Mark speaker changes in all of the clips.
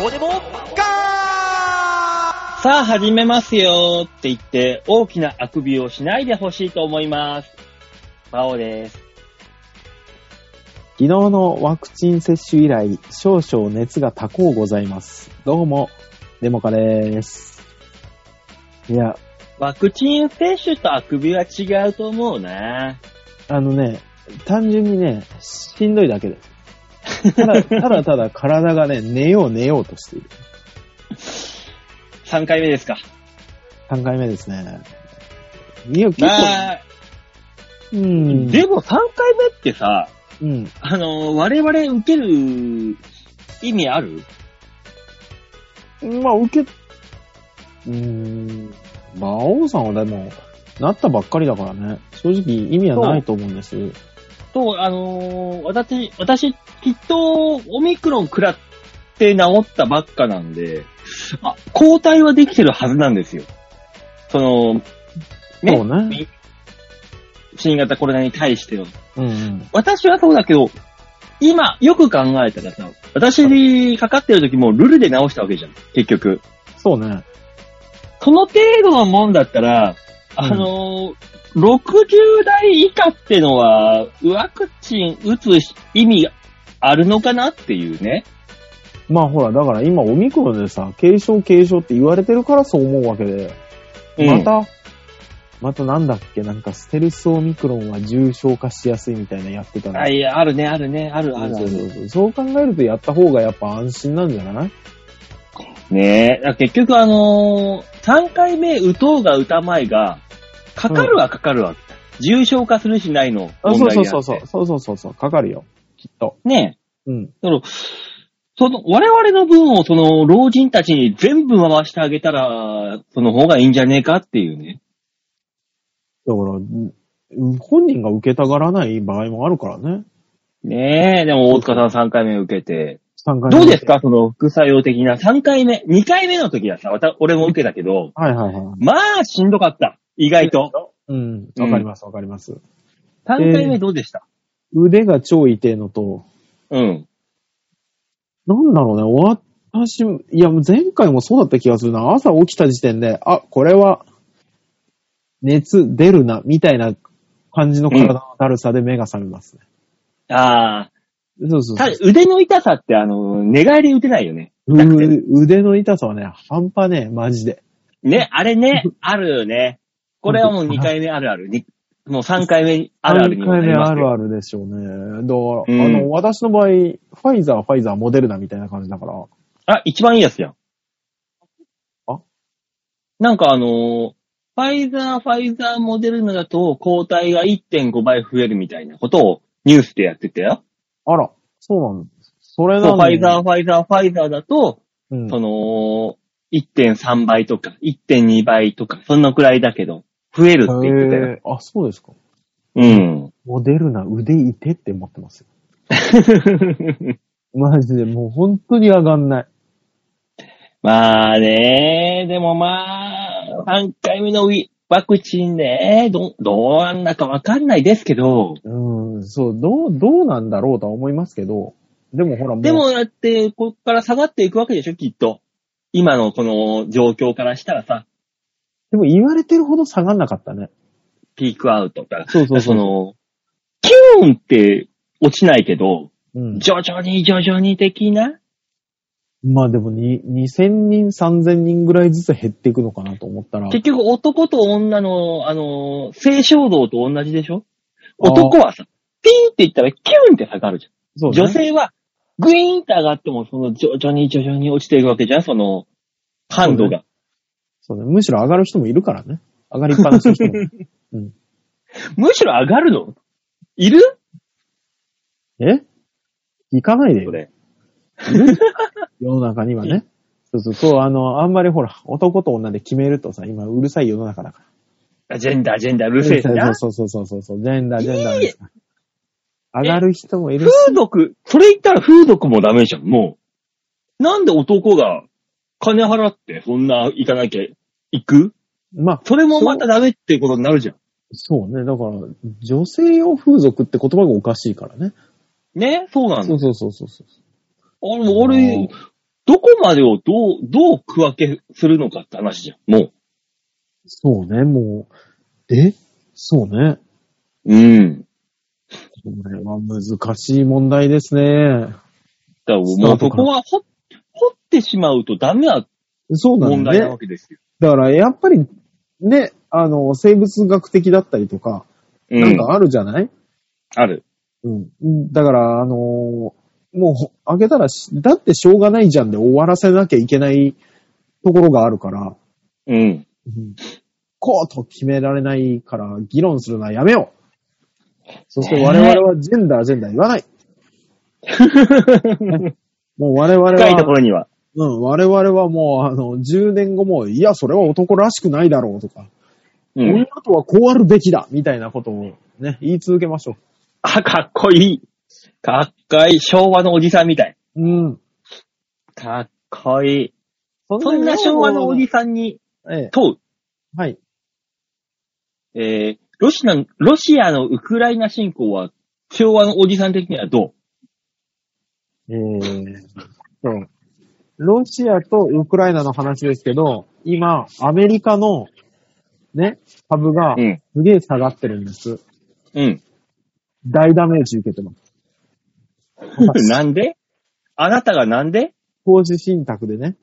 Speaker 1: どうでもガー
Speaker 2: さあ始めますよって言って大きなあくびをしないでほしいと思います。バオです。
Speaker 3: 昨日のワクチン接種以来、少々熱が多幸ございます。どうも、デモカです。いや、
Speaker 2: ワクチン接種とあくびは違うと思うな。
Speaker 3: あのね、単純にね、しんどいだけです。ただ、ただただ体がね、寝よう寝ようとしている。
Speaker 2: 3回目ですか。
Speaker 3: 3回目ですね。いや、結構、
Speaker 2: まあ、
Speaker 3: うん。
Speaker 2: でも3回目ってさ、
Speaker 3: うん。
Speaker 2: あの、我々受ける意味ある
Speaker 3: まあ、受け、うーん、馬王さんはでも、なったばっかりだからね、正直意味はないと思うんです。
Speaker 2: と、あのー私、私、きっと、オミクロン食らって治ったばっかなんで、あ、抗体はできてるはずなんですよ。その、ね
Speaker 3: そうね。
Speaker 2: 新型コロナに対しての。
Speaker 3: うん、うん。
Speaker 2: 私はそうだけど、今、よく考えたらさ、私にかかってる時もルルで治したわけじゃん、結局。
Speaker 3: そうね。
Speaker 2: その程度のもんだったら、あのー60代以下ってのは、ワクチン打つ意味あるのかなっていうね。
Speaker 3: まあほら、だから今オミクロンでさ、軽症軽症って言われてるからそう思うわけで、また、またなんだっけ、なんかステルスオミクロンは重症化しやすいみたいなやってた
Speaker 2: うん、
Speaker 3: ね
Speaker 2: あ、いや、あるね、あるね、ある、ある、あ
Speaker 3: そうそう
Speaker 2: る。
Speaker 3: そうそう考えるとやった方がやっぱ安心なんじゃない
Speaker 2: ねえ、だから結局あのー、3回目打とうが打たまいが、かかるはかかるわ。重症化するしないの
Speaker 3: あ
Speaker 2: 問
Speaker 3: そう
Speaker 2: 題であって。
Speaker 3: そうそうそう。そうそうそうそう。かかるよ。きっと。
Speaker 2: ねえ。
Speaker 3: うん。
Speaker 2: だから、その、我々の分をその、老人たちに全部回してあげたら、その方がいいんじゃねえかっていうね。
Speaker 3: だから、うん本人が受けたがらない場合もあるからね。
Speaker 2: ねえ、でも大塚さん3回目受けて。
Speaker 3: 3回目
Speaker 2: どうですかその副作用的な3回目、2回目の時はさ、わた俺も受けたけど、
Speaker 3: はいはいはい。
Speaker 2: まあ、しんどかった。意外と。
Speaker 3: うん。わかりますわかります。
Speaker 2: 3回目どうでした、
Speaker 3: 腕が超痛いのと、
Speaker 2: うん。
Speaker 3: なんだろうね、終わったし、いや、前回もそうだった気がするな。朝起きた時点で、あ、これは、熱出るな、みたいな感じの体のだるさで目が覚めますね。
Speaker 2: あ
Speaker 3: そうそ
Speaker 2: あ、た
Speaker 3: うそう
Speaker 2: だ腕の痛さってあの、寝返り打てないよね。
Speaker 3: うう。腕の痛さはね、半端ねえ、マジで。
Speaker 2: ね、あれ ね、あるよね。これはもう2回目あるある。にもう3回目あるあるに
Speaker 3: 3
Speaker 2: もな
Speaker 3: 回
Speaker 2: り
Speaker 3: 目
Speaker 2: ますよ
Speaker 3: あるあるでしょうね。だから、
Speaker 2: うん
Speaker 3: あの、私の場合、ファイザー、ファイザー、モデルナみたいな感じだから。
Speaker 2: あ、一番いいやつじゃん。
Speaker 3: あ
Speaker 2: なんかあのーファイザー、ファイザー、モデルナだと抗体が1.5倍増えるみたいなことをニュースでやってたよ。
Speaker 3: あら、そうなの。それな
Speaker 2: そう
Speaker 3: の
Speaker 2: ファイザー、ファイザー、ファイザーだと、
Speaker 3: うん
Speaker 2: その、1.3倍とか、1.2倍とか、そんなくらいだけど、増えるって言ってたよ。
Speaker 3: へえあ、そうですか。
Speaker 2: うん。
Speaker 3: モデルナ、腕痛てって思ってますよマジで、もう本当に上がんない。
Speaker 2: まあね、でもまあ、3回目のウィワクチンね、ど、どうなんだかわかんないですけど、
Speaker 3: うん、そう、どう、どうなんだろうとは思いますけど、でもほらもう、
Speaker 2: でもだって、こっから下がっていくわけでしょ、きっと。今のこの状況からしたらさ、
Speaker 3: でも言われてるほど下がんなかったね。
Speaker 2: ピークアウトから。
Speaker 3: そうそう
Speaker 2: そ
Speaker 3: そう。
Speaker 2: の、キューンって落ちないけど、
Speaker 3: うん、
Speaker 2: 徐々に徐々に的な。
Speaker 3: まあでもに、2000人、3000人ぐらいずつ減っていくのかなと思ったら、
Speaker 2: 結局男と女の、あの、性衝動と同じでしょ男はさ、ピーンって言ったらキューンって下がるじゃ
Speaker 3: そ
Speaker 2: ん。
Speaker 3: うね
Speaker 2: 女性は、グイーンって上がっても、その徐々に徐々に落ちていくわけじゃん、その、感度が。
Speaker 3: そうね、むしろ上がる人もいるからね。上がりっぱなしの 人も。
Speaker 2: むしろ上がるのいる
Speaker 3: え行かないで
Speaker 2: そ
Speaker 3: よ。
Speaker 2: れ。
Speaker 3: 世の中にはね。そうそう、そう、あの、あんまりほら、男と女で決めるとさ、今うるさい世の中だから。
Speaker 2: ジェンダー、ジェンダー、う
Speaker 3: う
Speaker 2: るせえな。
Speaker 3: そうそうそうそうそう、ジェンダー、ジェンダー
Speaker 2: いい
Speaker 3: ですから上がる人もいるし、
Speaker 2: 風俗、それ言ったら風俗もダメじゃん、もう。なんで男が金払ってそんな行かなきゃ行く
Speaker 3: まあ、
Speaker 2: それもまたダメってことになるじゃん。
Speaker 3: そうね。だから、女性用風俗って言葉がおかしいからね。
Speaker 2: ねそうなん
Speaker 3: そ
Speaker 2: だ
Speaker 3: う。そうそうそうそう。
Speaker 2: 俺、俺、どこまでをどう、どう区分けするのかって話じゃん、も
Speaker 3: そうね、もう。えそうね。
Speaker 2: う。うん。
Speaker 3: これは難しい問題ですね。
Speaker 2: だから
Speaker 3: スタ
Speaker 2: も
Speaker 3: ー
Speaker 2: う
Speaker 3: ト
Speaker 2: そ
Speaker 3: から
Speaker 2: こは掘、掘ってしまうとダメな
Speaker 3: そうなん
Speaker 2: 問
Speaker 3: だ
Speaker 2: 題な
Speaker 3: ね
Speaker 2: わ。けですよ。
Speaker 3: だから、やっぱり、ね、あの、生物学的だったりとか、
Speaker 2: う
Speaker 3: なんかあるじゃない、
Speaker 2: ある。
Speaker 3: うん。だから、あのーもうほ、開けたらし、だってしょうがないじゃんで終わらせなきゃいけないところがあるから、
Speaker 2: うん。
Speaker 3: うんこうと決められないから、議論するのはやめよう。そして我々はジェンダー、ジェンダー言 わない。もう我々
Speaker 2: 深いとこ
Speaker 3: は、
Speaker 2: ろには。
Speaker 3: うん、我々はもう、あの、10年後も、いや、それは男らしくないだろうとか、
Speaker 2: う
Speaker 3: 女
Speaker 2: ん。
Speaker 3: とはこうあるべきだ、みたいなことをね、言い続けましょ
Speaker 2: あ、かっこいい。かっこいい。昭和のおじさんみたい。
Speaker 3: う。うん。
Speaker 2: かっこいい。そ
Speaker 3: そ
Speaker 2: んな昭和のおじ
Speaker 3: さ
Speaker 2: さんに
Speaker 3: ん。え
Speaker 2: 問う。
Speaker 3: え、はい。
Speaker 2: えー、ロシアの、ロシアのウクライナ侵攻は、昭和のおじさん的にはど
Speaker 3: えー、そう。ロシアとウクライナの話ですけど、今、アメリカの、ね、株が
Speaker 2: う、ん。
Speaker 3: すげえ下がってるんです。
Speaker 2: うん。
Speaker 3: 大ダメージ受けてます。
Speaker 2: なんであなたがなんで
Speaker 3: 投資信託でね、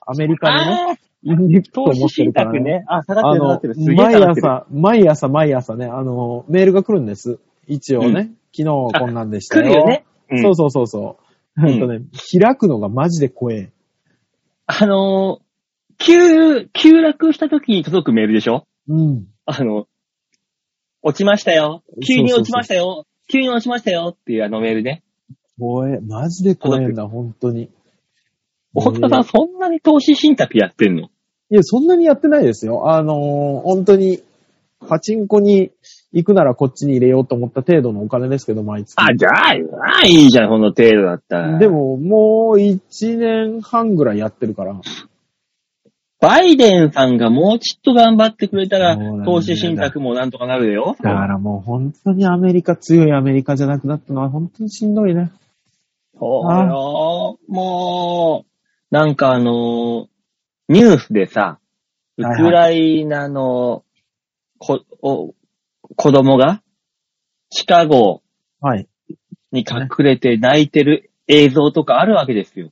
Speaker 3: アメリカのね、
Speaker 2: あー
Speaker 3: インデックスを
Speaker 2: 投
Speaker 3: 持
Speaker 2: 資信
Speaker 3: ってるから、
Speaker 2: 託
Speaker 3: ね。
Speaker 2: ね。あ、下がっ
Speaker 3: あ
Speaker 2: てる下がってる。
Speaker 3: の
Speaker 2: す、げえ
Speaker 3: 毎
Speaker 2: 下がってる。
Speaker 3: 朝、毎朝、毎朝ね、あの、メールが来るんです。一応ね、昨日こんなんでしたよ。
Speaker 2: 来るよね。うん
Speaker 3: そうそうそうそう。
Speaker 2: ん
Speaker 3: えっとね、開くのがマジで怖え。
Speaker 2: あのー、急、急落した時に届くメールでしょ
Speaker 3: うん。
Speaker 2: あの、落ちましたよ。急に落ちましたよ。急に落ちましたよっていうあのメールね。
Speaker 3: 怖え。マジで怖えんだ、本当に。
Speaker 2: 大田さ
Speaker 3: え
Speaker 2: ん、
Speaker 3: ー
Speaker 2: そんなに投資信託やってんの
Speaker 3: いや、そんなにやってないですよ。あのー本当に、パチンコに行くならこっちに入れようと思った程度のお金ですけど、毎月。
Speaker 2: あ、じゃあ、あいいじゃん、この程度だったら。
Speaker 3: で、も、もう一年半ぐらいやってるから。
Speaker 2: バイデンさんがもうちょっと頑張ってくれたら
Speaker 3: そうなんだ、よ
Speaker 2: 投資信託もなんとかなるよ。
Speaker 3: だからもう本当にアメリカ、強いアメリカじゃなくなったのは本当にしんどいね。
Speaker 2: そうよ。もう、なんかあのーニュースでさ、ウ
Speaker 3: はいは
Speaker 2: ク
Speaker 3: い
Speaker 2: ライナのこ、お子供が、シカゴ
Speaker 3: はい。
Speaker 2: に隠れて泣いてる映像とかあるわけですよ。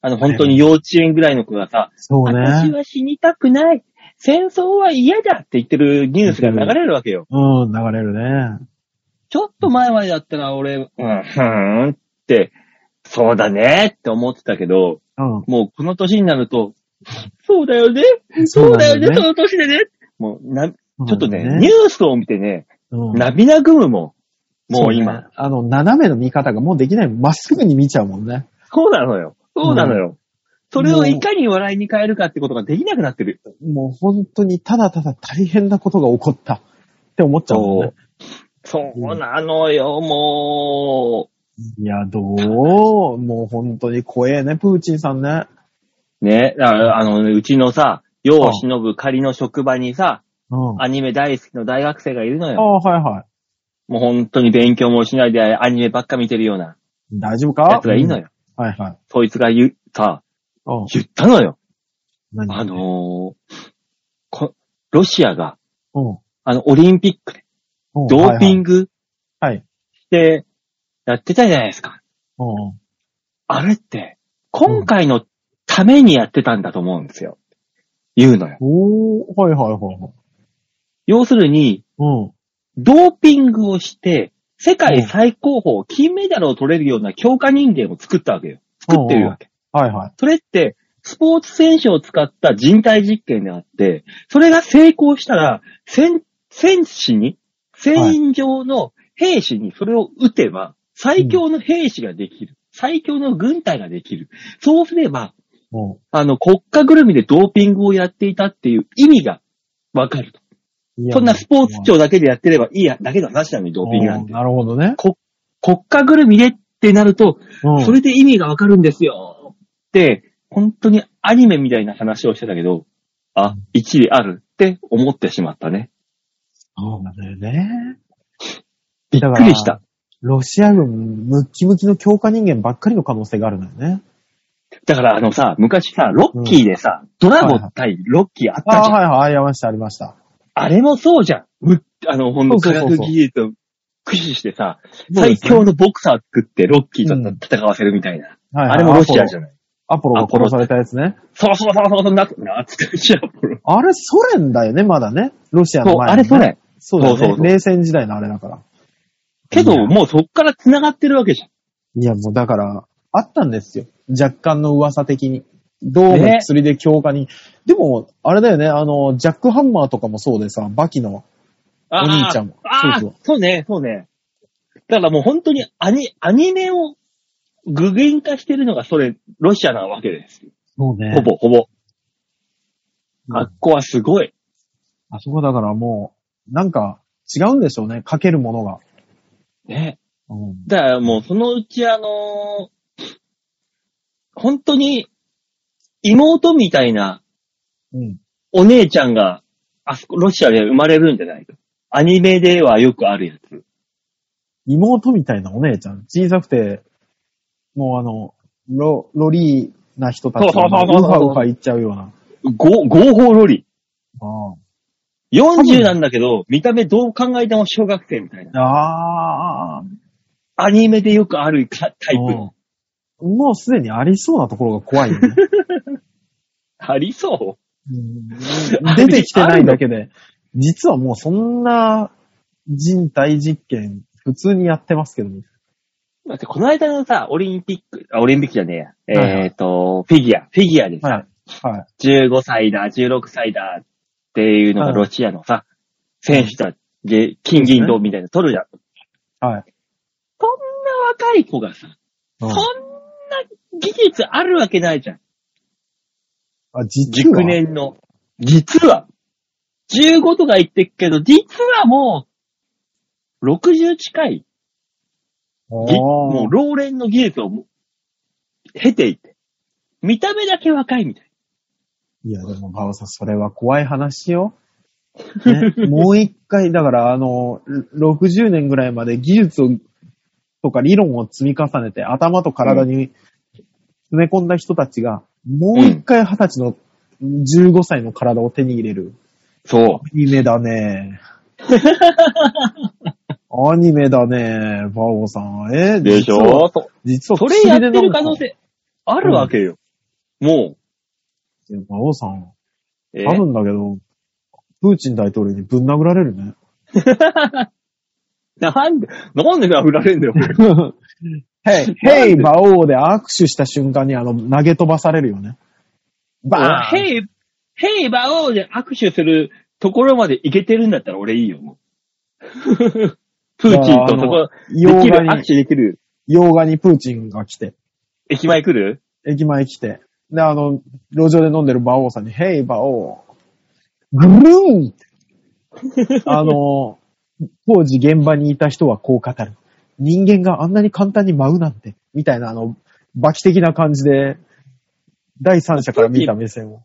Speaker 2: あの、本当に幼稚園ぐらいの子がさ、
Speaker 3: そう
Speaker 2: 私
Speaker 3: ね。
Speaker 2: は死にたくない戦争は嫌だって言ってるニュースが流れるわけよ。
Speaker 3: うん、流れるね。
Speaker 2: ちょっと前までだったら俺、うん、ふーんって、そうだねって思ってたけど、
Speaker 3: う
Speaker 2: もうこの年になる と、そうだよね、
Speaker 3: ん。
Speaker 2: そうだよね、
Speaker 3: な
Speaker 2: そ
Speaker 3: ん
Speaker 2: の年でね。もうな、ち
Speaker 3: よ
Speaker 2: ょっとね、ニュースを見てね、
Speaker 3: うん
Speaker 2: 涙ぐむもん。もう
Speaker 3: そ
Speaker 2: 今。
Speaker 3: ねあの、斜めの見方がもうできない。まっすぐに見ちゃうもんね。
Speaker 2: そうなのよ。そうなのよ。それをいかに笑いに変えるかってことができなくなってる。
Speaker 3: もう本当にただただ大変なことが起こったって思っちゃうもんね。
Speaker 2: そうなのよ、も
Speaker 3: いや、どうもう本当に怖えね、プーチンさんね。
Speaker 2: う。ね、だからあの、うちのさ、世を忍ぶ仮の職場にさ、
Speaker 3: うん。あ
Speaker 2: アニメ大好きの大学生がいるの
Speaker 3: あ、
Speaker 2: よ。
Speaker 3: はいはい。
Speaker 2: もう本当に勉強もしないでアニメばっか見てるような
Speaker 3: 大丈夫か
Speaker 2: やつがいいのよ。
Speaker 3: うんはいはい。
Speaker 2: そいつが言う、さ、
Speaker 3: うん。
Speaker 2: 言ったのよ。
Speaker 3: 何
Speaker 2: あのーこ、ロシアが、
Speaker 3: うん
Speaker 2: あの、オリンピックで
Speaker 3: うん。
Speaker 2: ドーピ
Speaker 3: グ。
Speaker 2: ング
Speaker 3: はいはい。
Speaker 2: してやってたじゃないですか。
Speaker 3: うん。
Speaker 2: あれって、今回のためにやってたんだと思うんですよ。言うのよ。
Speaker 3: おー、はいはいはいはい。
Speaker 2: 要するに、
Speaker 3: うん。
Speaker 2: ドーピングをして、世界最高峰、金メダルを取れるような強化人間を作ったわけよ。作ってるわけ。
Speaker 3: はいはい。
Speaker 2: それって、スポーツ選手を使った人体実験であって、それが成功したら、戦、戦士に、戦場の兵士にそれを撃てば、最強の兵士ができる。最強の軍隊ができる。そうすれば、
Speaker 3: も
Speaker 2: あの、国家ぐるみでドーピングをやっていたっていう意味がわかると。
Speaker 3: うん。いや
Speaker 2: そんなスポーツ庁だけでやってればいいや、だけの話なのにドーピングなん
Speaker 3: うん
Speaker 2: て。
Speaker 3: なるほどね。
Speaker 2: 国家ぐるみでってなると、
Speaker 3: うん。
Speaker 2: それで意味がわかるんですよって、本当にアニメみたいな話をしてたけど、あ、一理あるって思ってしまったね。
Speaker 3: そうなんだよね。
Speaker 2: びっくりした。
Speaker 3: ロシア軍ムッキムキの強化人間ばっかりの可能性があるのよね。
Speaker 2: だからあのさ、昔さ、ロッキーでさ、ドラゴン対ロッキーあったじゃん。
Speaker 3: ああ、はいはい、ありました、ありました。
Speaker 2: あれもそうじゃん。むあの、ほんと
Speaker 3: そ
Speaker 2: 科
Speaker 3: うそうそうそう
Speaker 2: 学技術を駆使してさ、
Speaker 3: そうで
Speaker 2: 最
Speaker 3: すね
Speaker 2: 強のボクサー作ってロッキーと戦わせるみたいな。
Speaker 3: はいはい
Speaker 2: あれもロシアじゃない。
Speaker 3: アポロ。アポロが殺されたやつね。
Speaker 2: そうそうそうそう、な、な、つってシアポロ。
Speaker 3: あれ、ソ連だよね、まだね。ロシア
Speaker 2: そ
Speaker 3: の
Speaker 2: う、
Speaker 3: 前、ね。
Speaker 2: あれそ。れ。
Speaker 3: そうだよね
Speaker 2: そうそうそう
Speaker 3: 冷戦時代のあれだから。
Speaker 2: け
Speaker 3: い
Speaker 2: ど、
Speaker 3: や
Speaker 2: もうそっから繋がってるわけじゃん。
Speaker 3: いや、もうだから、あったんですよ。若干の噂的に。どうも
Speaker 2: ね
Speaker 3: 薬で強化に。でも、あれだよね、あの、ジャックハンマーとかもそうでさ、バキの、
Speaker 2: あー
Speaker 3: お兄ちゃんも
Speaker 2: ああ、
Speaker 3: そうそう
Speaker 2: そうね、そうね。だからもう本当にアニアニメを具現化してるのがそれ、ロシアなわけです。
Speaker 3: そうね
Speaker 2: ほぼほぼ。
Speaker 3: うん
Speaker 2: あっこはすごい。
Speaker 3: あそこだからもう、なんか、違うんでしょうね、かけるものが。
Speaker 2: ね。
Speaker 3: うん。
Speaker 2: だからもうそのうちあのー本当に妹みたいな
Speaker 3: うん。
Speaker 2: お姉ちゃんが、あそこ、ロシアで生まれるんじゃないか。アニメではよくあるやつ。
Speaker 3: 妹みたいなお姉ちゃん。小さくて、もうあの、ロ、ロリーな人たちが
Speaker 2: そうそうそう
Speaker 3: ウ
Speaker 2: そう
Speaker 3: ハウハ言っちゃうような。
Speaker 2: ご合法ロリ。
Speaker 3: あ
Speaker 2: 40なんだけど、見た目どう考えても小学生みたいな。
Speaker 3: あ。ああ。
Speaker 2: アニメでよくあるかタイプの。
Speaker 3: うんもうすでにありそうなところが怖いよ ね。
Speaker 2: ありそう
Speaker 3: うん出てきてないだけで、実はもうそんな人体実験、普通にやってますけどね。
Speaker 2: だってこの間のさ、オリンピック、あ、オリンピックじゃねえ
Speaker 3: はいは
Speaker 2: や。
Speaker 3: い
Speaker 2: えっと、フィギュア、フィギュアでさ、
Speaker 3: はい。はい。
Speaker 2: 15歳だ、16歳だっていうのが
Speaker 3: はい
Speaker 2: ロシアのさ、選手たちで金銀銅みたいなの取るじゃん。
Speaker 3: はい。
Speaker 2: こんな若い子がさ、
Speaker 3: うん
Speaker 2: そんな技術あるわけないじゃん。
Speaker 3: あ、実は
Speaker 2: 熟。年の。実は。15とか言ってっけど、実はもう、60近いぎも
Speaker 3: も
Speaker 2: う老練の技術をも経ていて、見た目だけ若いみたい。
Speaker 3: う。いや、でも、バオさん、それは怖い 話よ。ねもう一回、だから、あの、60年ぐらいまで技術をとか理論を積み重ねて、頭と体に詰め込んだ人たちが、もう一回二十歳の15歳の体を手に入れる。
Speaker 2: そ
Speaker 3: アニメだ ね。アニメだね、バオさん。え
Speaker 2: う。でしょそ
Speaker 3: 実は、実は
Speaker 2: それやってる可能性あるわけよ。も
Speaker 3: 薬で飲むの。バオさん、
Speaker 2: う、え
Speaker 3: 多分だけど、プーチン大統領にぶん殴られるね。
Speaker 2: なんで、なんで振られんだよ、 俺
Speaker 3: ヘイ、ヘイ、バオで握手した瞬間にあの、投げ飛ばされるよね。バーン
Speaker 2: ヘイ、ヘイバオーで握手するところまでいけてるんだったら俺いいよ、 もう。プーチンとそこ、で
Speaker 3: 洋
Speaker 2: きる、
Speaker 3: 画
Speaker 2: 握
Speaker 3: に、
Speaker 2: 手できる。
Speaker 3: 洋画にプーチンが来て、
Speaker 2: 駅前来る
Speaker 3: 駅前来て、で、あの、路上で飲んでる馬王さんに、ヘイ馬王、グル ーンってあの、当時現場にいた人はこう語る。人間があんなに簡単に舞うなんて、みたいな、あの、馬騎的な感じで、第三者から見た目線を。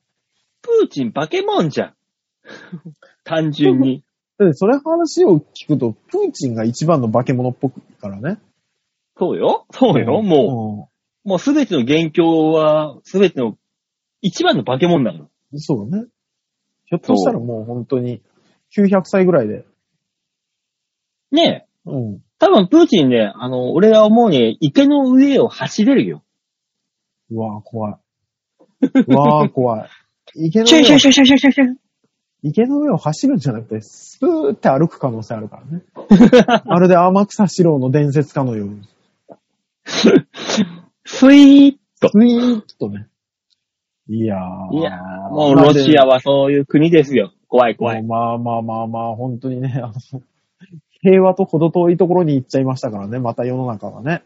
Speaker 2: プーチン化け物 じゃん。単純に。
Speaker 3: だってそれ話を聞くと、プーチンが一番の化け物っぽくからね。
Speaker 2: そうよそうよ、もう。もうすべての元凶は、すべての一番の化け物だから。
Speaker 3: うん。そうだね。ひょっとしたらもう本当に、900歳ぐらいで。
Speaker 2: ねえ。
Speaker 3: うん。
Speaker 2: 多分プーチンね、あの、俺が思うに、池の上を走れるよ。
Speaker 3: うわぁ、 怖い。うわぁ、怖い。池の
Speaker 2: シュ
Speaker 3: 上
Speaker 2: ンシュン
Speaker 3: を、
Speaker 2: シュンシュンシュンシュンシュン。
Speaker 3: 池の上を走るんじゃなくて、スーって歩く可能性あるか らね。まるで天草四郎の伝説かのように。
Speaker 2: スイーッ
Speaker 3: スイーッとね。いやー。
Speaker 2: いやーもうロシアはそういう国ですよ。怖い怖い。
Speaker 3: まあまあまあまあ、本当にね、あの、平和とほど遠いところに行っちゃいましたからね、また世の中がね。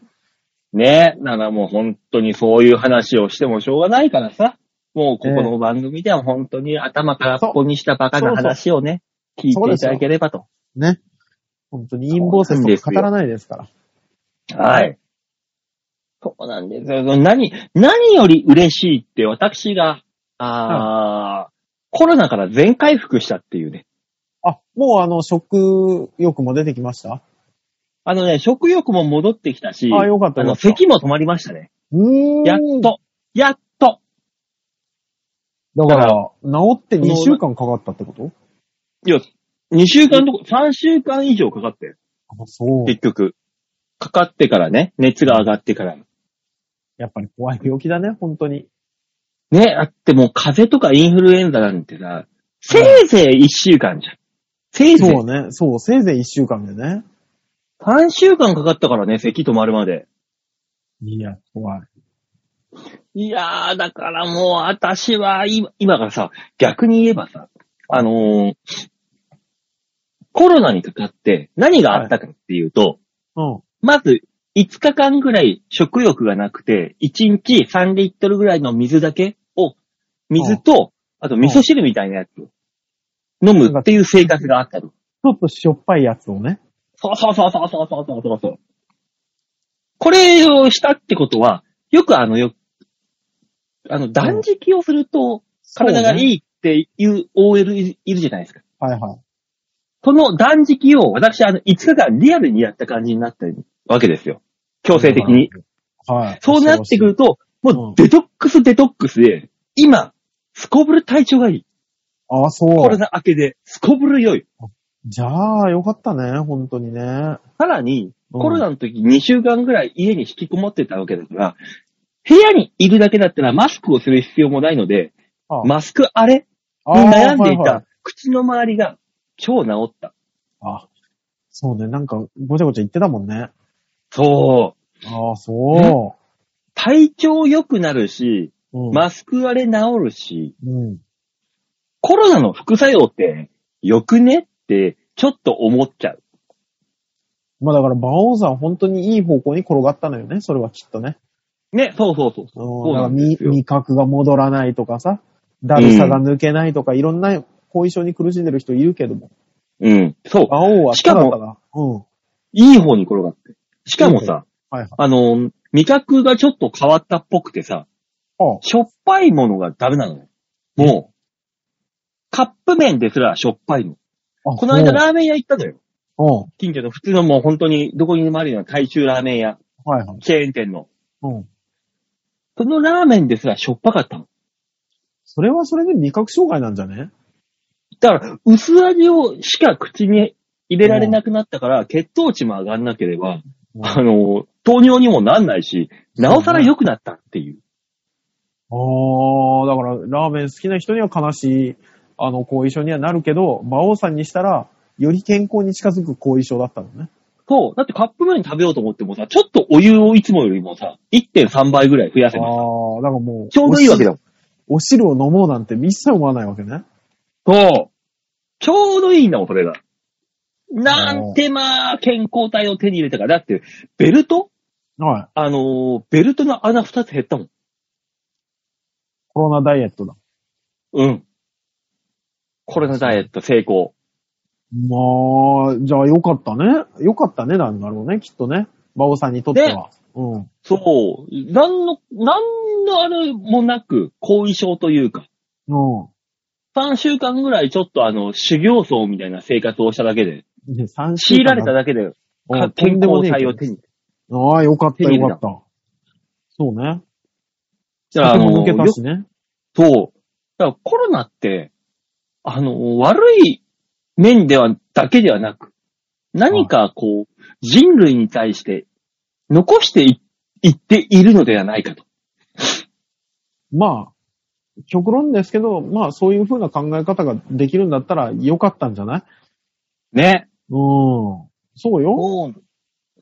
Speaker 2: ねえ。ならもう本当にそういう話をしてもしょうがないからさ。もうここの番組では本当に頭からっぽにしたバカな話をね、聞い
Speaker 3: そう
Speaker 2: ていただければと。
Speaker 3: ね。本当に陰謀説とか語らないですから。
Speaker 2: はい。そうなんですよ。何、何より嬉しいって私が、あーコロナから全回復したっていうね。
Speaker 3: あ、もうあの、食欲も出てきました
Speaker 2: あのね、食欲も戻ってきたし、
Speaker 3: あよかった
Speaker 2: あ
Speaker 3: よか
Speaker 2: の、
Speaker 3: った
Speaker 2: 咳も止まりましたね。
Speaker 3: うーん。
Speaker 2: やっと。やっと。
Speaker 3: だ
Speaker 2: か
Speaker 3: からら、治って2週間かかったってこと
Speaker 2: いや、2週間とか、3週間以上かかってる。
Speaker 3: あ、そう。
Speaker 2: 結局。かかってからね、熱が上がってから。
Speaker 3: やっぱり怖い病気だね、本当に。
Speaker 2: ね、だってもう風邪とかインフルエンザなんてさ、せいぜい1週間じゃん。せいぜい
Speaker 3: そうね。そう、せいぜい1週間でね。
Speaker 2: 3週間かかったからね、咳止まるまで。
Speaker 3: いや、怖い。
Speaker 2: いやー、だからもう、私は今、今からさ、逆に言えばさ、あのーコロナにかかって何があったかっていうと、
Speaker 3: うん。
Speaker 2: まず5日間ぐらい食欲がなくて、1日3リットルぐらいの水だけを、水と、あと味噌汁みたいなやつを飲むっていう生活があったの。
Speaker 3: ちょっとしょっぱいやつをね。
Speaker 2: そうそうそうそうそうそうそうそう。これをしたってことは、よくあのよ、あの、断食をすると体が
Speaker 3: い。
Speaker 2: いいっていう OL いるじゃないですか。
Speaker 3: はいはい。
Speaker 2: その断食を私、あの、5日間リアルにやった感じになったわけですよ。強制的に。。
Speaker 3: はい。
Speaker 2: そうなってくると、もううんデトックスデトックスで、今、すこぶる体調がいい。
Speaker 3: あ、そ
Speaker 2: コロ
Speaker 3: う。
Speaker 2: ナ明けで、すこぶる良い。
Speaker 3: じゃあ、よかったね、本当にね。
Speaker 2: さらに、
Speaker 3: うん
Speaker 2: コロナの時2週間ぐらい家に引きこもってたわけだから、部屋にいるだけだったらマスクをする必要もないので、
Speaker 3: あ
Speaker 2: マスクあれに
Speaker 3: あー
Speaker 2: 悩んでい
Speaker 3: はは
Speaker 2: た口の周りが超治った。
Speaker 3: あ、そうね、なんか、ごちゃごちゃ言ってたもんね。
Speaker 2: そう。
Speaker 3: ああ、そ
Speaker 2: 体調良くなるし、
Speaker 3: う。うん。
Speaker 2: マスクあれ治るし、
Speaker 3: うん。
Speaker 2: コロナの副作用って良くねってちょっと思っちゃう。
Speaker 3: まあだから、馬王さん本当にいい方向に転がったのよね、それはきっとね。
Speaker 2: ね、そうそうそう。
Speaker 3: うん。
Speaker 2: う
Speaker 3: だから
Speaker 2: なんで
Speaker 3: 味
Speaker 2: すよ
Speaker 3: 味覚が戻らないとかさ、だるさが抜けないとか、いろんな後遺症に苦しんでる人いるけども。
Speaker 2: うん、そう。
Speaker 3: 馬王は
Speaker 2: しかも
Speaker 3: ただただうん。
Speaker 2: いい方に転がって。しかも
Speaker 3: いい
Speaker 2: さ、
Speaker 3: はいはい。
Speaker 2: あの、味覚がちょっと変わったっぽくてさ、
Speaker 3: ああ
Speaker 2: しょっぱいものがダメなのよ。もう、カップ麺ですらしょっぱいの。
Speaker 3: あ
Speaker 2: この間ラーメン屋行ったのよ。
Speaker 3: うん。うん。
Speaker 2: 近所の普通のもう本当にどこにでもあるような大衆ラーメン屋、
Speaker 3: はいはい。
Speaker 2: チェーン店の。
Speaker 3: うん。
Speaker 2: そのラーメンですらしょっぱかったの。
Speaker 3: それはそれで味覚障害なんじゃね
Speaker 2: だから、薄味をしか口に入れられなくなったから、血糖値も上がんなければ、
Speaker 3: うん
Speaker 2: あの、糖尿にもなんないし、なおさら良くなったっていう。
Speaker 3: ああ、だから、ラーメン好きな人には悲しい、あの、後遺症にはなるけど、馬王さんにしたら、より健康に近づく後遺症だったのね。
Speaker 2: そう。だってカップ麺食べようと思ってもさ、ちょっとお湯をいつもよりもさ、1.3倍ぐらい増や
Speaker 3: あ
Speaker 2: せます。
Speaker 3: あ、だからもう、
Speaker 2: ちょうどいいわけだもん。
Speaker 3: お汁を飲もうなんて一切思わないわけね。
Speaker 2: そう。ちょうどいいんだもん、それが。なんてまあ、健康体を手に入れたから。だって、ベルト
Speaker 3: はい。
Speaker 2: あのーベルトの穴2つ減ったもん。
Speaker 3: コロナダイエットだ。
Speaker 2: うん。コロナダイエット成功。
Speaker 3: まあ、じゃあよかったね。よかったね、なんだろうね、きっとね。馬王さんにとっては。うん。
Speaker 2: そう。なんの、なんのあれもなく、後遺症というか、
Speaker 3: うん。
Speaker 2: 3週間ぐらいちょっとあの、修行僧みたいな生活をしただけで、
Speaker 3: で、3週
Speaker 2: 強いられた
Speaker 3: だ
Speaker 2: だけで、
Speaker 3: う
Speaker 2: か
Speaker 3: んと
Speaker 2: 健
Speaker 3: んでも
Speaker 2: 康
Speaker 3: ねえけ
Speaker 2: 体
Speaker 3: ど
Speaker 2: を手に。
Speaker 3: ああ、よかった、
Speaker 2: 手に入れ
Speaker 3: よ
Speaker 2: た
Speaker 3: かった。そうね。
Speaker 2: じゃあ、あの、
Speaker 3: 抜けた
Speaker 2: よ
Speaker 3: しね。
Speaker 2: そう。だからコロナって、あの、悪い面では、だけではなく、何かこう、人類に対して残していいっているのではないかと。
Speaker 3: まあ、極論ですけど、まあ、そういう風な考え方ができるんだったらよかったんじゃない
Speaker 2: ね。
Speaker 3: うん。そうよ。
Speaker 2: そう、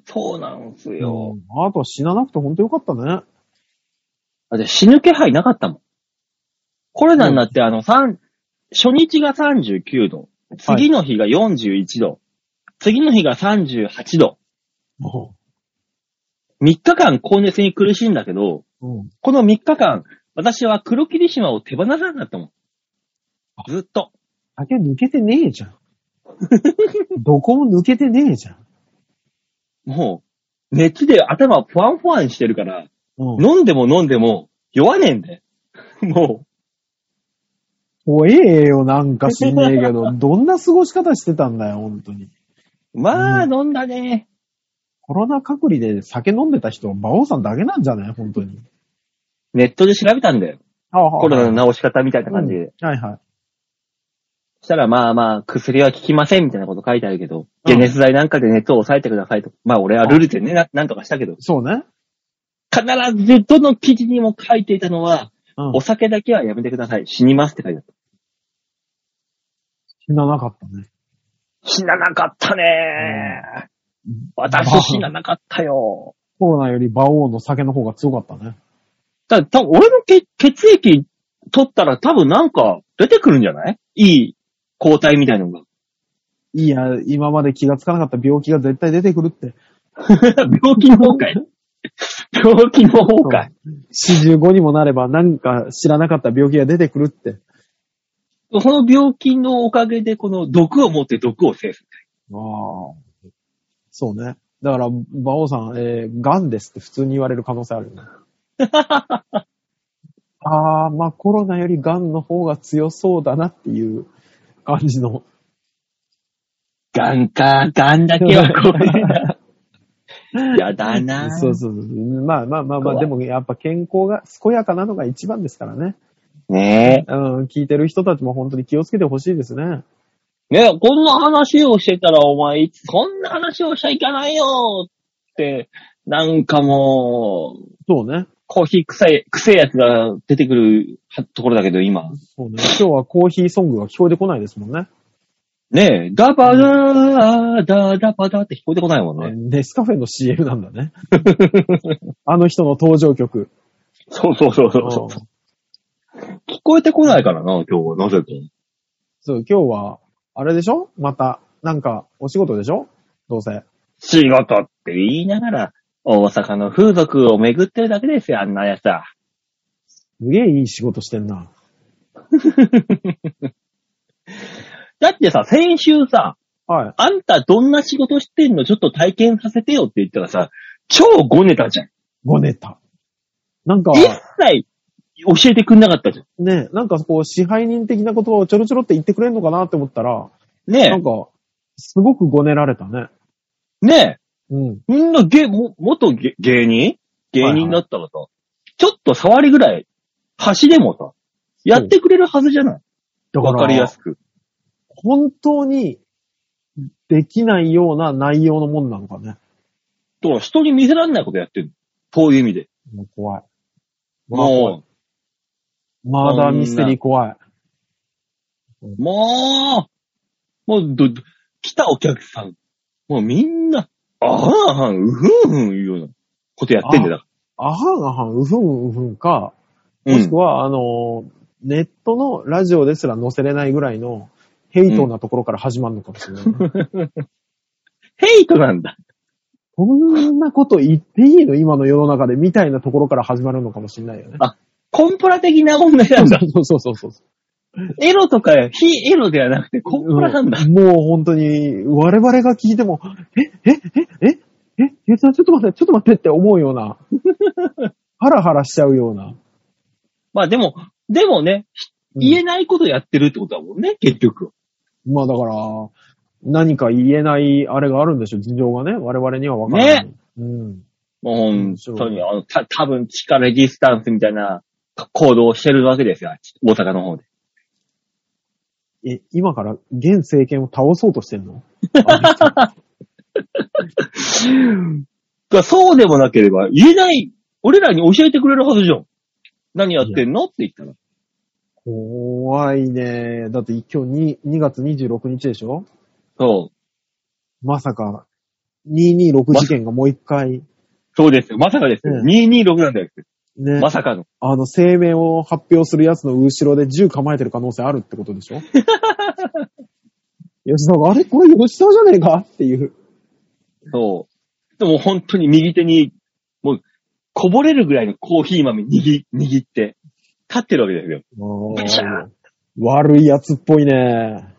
Speaker 2: そうなんです
Speaker 3: う
Speaker 2: よ。
Speaker 3: ん、あとは死ななくてほんとよかったね。
Speaker 2: だって死ぬ気配なかったもん。コロナになって、あの、三、初日が39度、次の日が41度、次の日が38度、3日間高熱に苦しんだけど、
Speaker 3: うん。
Speaker 2: この3日間、私は黒霧島を手放さなかったもん。ずっと。
Speaker 3: 酒抜けてねえじゃん。 どこも抜けてねえじゃん。
Speaker 2: もう、熱で頭フワンフワンしてるから、
Speaker 3: うん。
Speaker 2: 飲んでも飲んでも酔わねえんだよ。も
Speaker 3: 怖えよ、なんか知んねえけど。 どんな過ごし方してたんだよ、ほんとに。
Speaker 2: う、まあ、
Speaker 3: う
Speaker 2: 飲んだね。
Speaker 3: コロナ隔離で酒飲んでた人は馬王さんだけなんじゃないほんとに。
Speaker 2: ネットで調べたんだよ。コ
Speaker 3: コ
Speaker 2: ロナの治し方みたいな感じで。
Speaker 3: はいはい。
Speaker 2: そしたら、まあまあ、薬は効きませんみたいなこと書いてあるけど、
Speaker 3: うん
Speaker 2: 解熱剤なんかで熱を抑えてくださいと。まあ、俺はルルでね、ななんとかしたけど、
Speaker 3: そうね。
Speaker 2: 必ずどの記事にも書いていたのは、
Speaker 3: うん
Speaker 2: お。酒だけはやめてください。死にますって書いてあった。
Speaker 3: 死ななかったね。
Speaker 2: 死ななかったねー。私死ななかったよ。
Speaker 3: コロナより馬王の酒の方が強かったね。
Speaker 2: ただ、多分俺の血血液取ったら多分なんか出てくるんじゃないいい抗体みたいなのが。
Speaker 3: いや、今まで気がつかなかった病気が絶対出てくるって。
Speaker 2: 病気の崩 壊病気の崩壊。
Speaker 3: 45にもなればなんか知らなかった病気が出てくるって。
Speaker 2: この病気のおかげで、この毒を持って毒を制す。
Speaker 3: ああ。そうね。だから、馬王さん、えー、ガンですって普通に言われる可能性あるよ ね。ああ、まあコロナよりガンの方が強そうだなっていう感じの。
Speaker 2: ガンか、ガンだけは怖いな。 やだなぁ
Speaker 3: そうそうそう。まあまあまあまあ、
Speaker 2: 怖い
Speaker 3: でもやっぱ健康が健やかなのが一番ですからね。
Speaker 2: ね
Speaker 3: うん、聞いてる人たちも本当に気をつけてほしいですね。
Speaker 2: え。ねえ、こんな話をしてたらお前、そんな話をしちゃいけないよって、なんかもう、
Speaker 3: そうね。
Speaker 2: コーヒー臭い、臭いやつが出てくるはところだけど、今。
Speaker 3: そうね。今日はコーヒーソングが聞こえてこないですもんね。
Speaker 2: ねえ、ダバダー、ダダバダって聞こえてこないもんね。
Speaker 3: ネスカフェの CM なんだね。 あの人の登場曲。
Speaker 2: そうそうそう
Speaker 3: うん
Speaker 2: そう。聞こえてこないからな、今日は、なぜか。
Speaker 3: そう、今日は、あれでしょまた、なんか、お仕事でしょどうせ。
Speaker 2: 仕事って言いながら、大阪の風俗を巡ってるだけですよ、あんなやつは。
Speaker 3: すげえいい仕事してんな。
Speaker 2: だってさ、先週さ、
Speaker 3: はい。
Speaker 2: あんたどんな仕事してんのちょっと体験させてよって言ったらさ、超ごねたじゃん。
Speaker 3: ごネタ。なんか、
Speaker 2: 一切教えてくんなかったじゃん。
Speaker 3: ね、なんかこう、支配人的な言葉をちょろちょろって言ってくれるのかなって思ったら、な
Speaker 2: ね
Speaker 3: んか、すごくごねられたね。
Speaker 2: え、ね
Speaker 3: うん。
Speaker 2: え、みんなゲ、も、元ゲ芸人芸人だったらさ、ちょっと触りぐらい、橋でもさ、やってくれるはずじゃない
Speaker 3: だ
Speaker 2: わかりやすく。
Speaker 3: 本当にできないような内容のもんなのかね。
Speaker 2: だから人に見せられないことやってる。そういう意味で。
Speaker 3: もう怖い。
Speaker 2: も
Speaker 3: う。マーダーミステリー怖い。
Speaker 2: う、もう、もう、ど、ど来たお客さん。もうみんな、あーはん、うふんふんいうようなことやってんだよ。だか
Speaker 3: あはんあはん、うふんうふんか、
Speaker 2: ら
Speaker 3: もしくは、あの、ネットのラジオですら載せれないぐらいのヘイトなところから始まるのかもしれないね、
Speaker 2: ヘイトなんだ。
Speaker 3: こんなこと言っていいの今の世の中でみたいなところから始まるのかもしれないよね。
Speaker 2: コンプラ的な問題なんだ。
Speaker 3: そうそうそうそう。
Speaker 2: エロとか、非エロではなくてコンプラなんだ。
Speaker 3: うんもう本当に、我々が聞いても、え、え、え、え、え、ゆうさんちょっと待って、ちょっと待ってって思うよ うな。ハラハラしちゃうような。
Speaker 2: まあでも、でもね、言えないことやってるってことだもんね、結局。
Speaker 3: まあだから、何か言えないあれがあるんでしょ、事情がね。我々には分からない。うん。
Speaker 2: もう本当
Speaker 3: う
Speaker 2: に、
Speaker 3: ん
Speaker 2: あの、た、多分力レジスタンスみたいな行動をしてるわけですよ、大阪の方で。
Speaker 3: え、今から現政権を倒そうとしてんのあの人
Speaker 2: だからそうでもなければ、言えない、俺らに教えてくれるはずじゃん。何やってんのって言ったら。
Speaker 3: 怖いね。だって今日に2月26日でしょ
Speaker 2: そう。
Speaker 3: まさか、226事件がもう一回、
Speaker 2: そうですよ。まさかですよ。
Speaker 3: うん
Speaker 2: 226なんだよ。
Speaker 3: ね。
Speaker 2: まさかの。
Speaker 3: あの、声明を発表するやつの後ろで銃構えてる可能性あるってことでし ょ吉田が、あれこれ吉田じゃねえかっていう。
Speaker 2: そう。でも本当に右手に、もう、こぼれるぐらいのコーヒー豆握、握って、立ってるわけですよ。ーシャー
Speaker 3: 悪いやつっぽいね。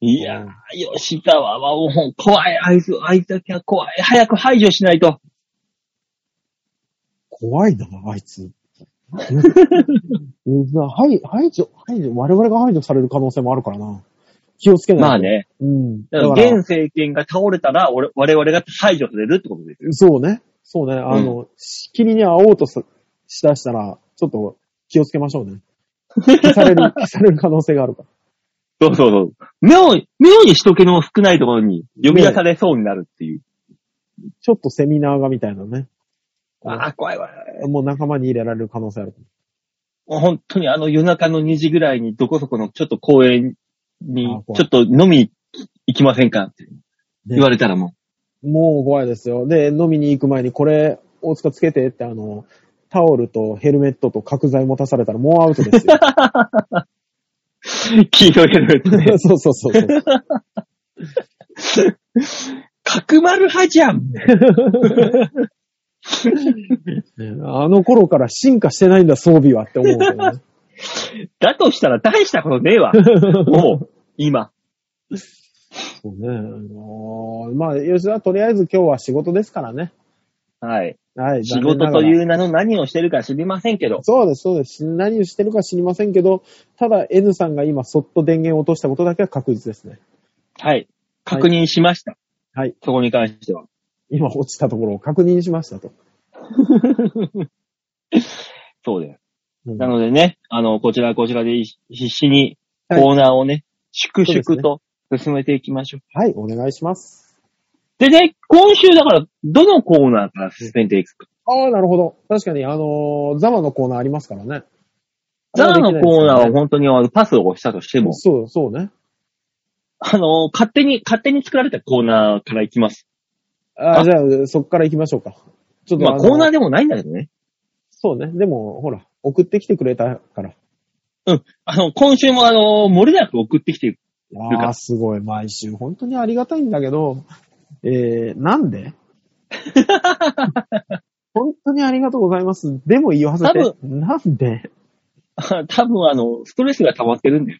Speaker 2: いやー、吉川はもう怖い、あいつ、あいつだけは怖い。早く排除しないと。
Speaker 3: 怖いな、あい つ。吉田、はい、排除、排除、我々が排除される可能性もあるからな。気をつけないと。
Speaker 2: まあ。ね。
Speaker 3: うん。
Speaker 2: だ
Speaker 3: だ
Speaker 2: か、
Speaker 3: から
Speaker 2: 現
Speaker 3: ら、
Speaker 2: 政権が倒れたら、俺、我々が排除されるってことですよ。
Speaker 3: そうね。そうね、あの、しきりに会おうとすしだしたら、ちょっと気をつけましょうね。消 される、消される可能性があるから。
Speaker 2: そうそうそう。妙に、妙に人気の少ないところに呼び出されそうになるっていう。
Speaker 3: ちょっとセミナーがみたいなね。
Speaker 2: ああ、怖いわ。
Speaker 3: もう仲間に入れられる可能性ある。
Speaker 2: もう本当にあの夜中の2時ぐらいにどこそこのちょっと公園に
Speaker 3: あ怖い
Speaker 2: ちょっと飲み行きませんかって言われたらも
Speaker 3: もう怖いですよ。で、飲みに行く前にこれ、大塚つけてって、あの、タオルとヘルメットと角材持たされたらもうアウトです よ。
Speaker 2: う、 黄色いヘルメット で
Speaker 3: そうそうそうそう。
Speaker 2: 角丸派じゃん
Speaker 3: あの頃から進化してないんだ、装備はって思うけどね。
Speaker 2: だとしたら大したことね えわ。もう、今。
Speaker 3: そうね。あのーまあ、吉田、とりあえず今日は仕事ですからね。
Speaker 2: はい。
Speaker 3: はい、
Speaker 2: 仕事と
Speaker 3: う。
Speaker 2: いう名の何をしてるか知りませんけど。
Speaker 3: そうです、そうです。何をしてるか知りませんけど、ただ N さんが今そっと電源を落としたことだけは確実ですね。
Speaker 2: はい。確認しました。
Speaker 3: はい。
Speaker 2: そこに関しては。
Speaker 3: 今落ちたところを確認しましたと。
Speaker 2: そうです。
Speaker 3: うん
Speaker 2: なのでね、あの、こちらはこちらで必死に
Speaker 3: はい
Speaker 2: コーナーをね、粛
Speaker 3: そう
Speaker 2: 々
Speaker 3: で
Speaker 2: と進めていきましょう。
Speaker 3: はい、お願いします。
Speaker 2: でね、今週だから、どのコーナーから進めていくか。
Speaker 3: ああ、なるほど。確かに、あのーザマのコーナーありますからね。
Speaker 2: ザラのコーナーは
Speaker 3: できない
Speaker 2: 本当にあのパスをしたとして
Speaker 3: ですよね
Speaker 2: も、
Speaker 3: そう、そうね。
Speaker 2: あの、勝手に、勝手に作られたコーナーからいきます。
Speaker 3: あ
Speaker 2: あ
Speaker 3: あ、じゃあ、そっから行きましょうか。ちょっと
Speaker 2: ま
Speaker 3: あ
Speaker 2: あ、
Speaker 3: の
Speaker 2: コーナーでもないんだけどね。
Speaker 3: そうね。でも、ほら、送ってきてくれたから。
Speaker 2: あの、今週もあの、漏れなく 送ってきてる。
Speaker 3: ああ、すごい。毎週、本当にありがたいんだけど、えー、なん で本当にありがとうございます。でも言わせて。
Speaker 2: 多
Speaker 3: なんで
Speaker 2: 多分あの、ストレスが溜まってるんだよ。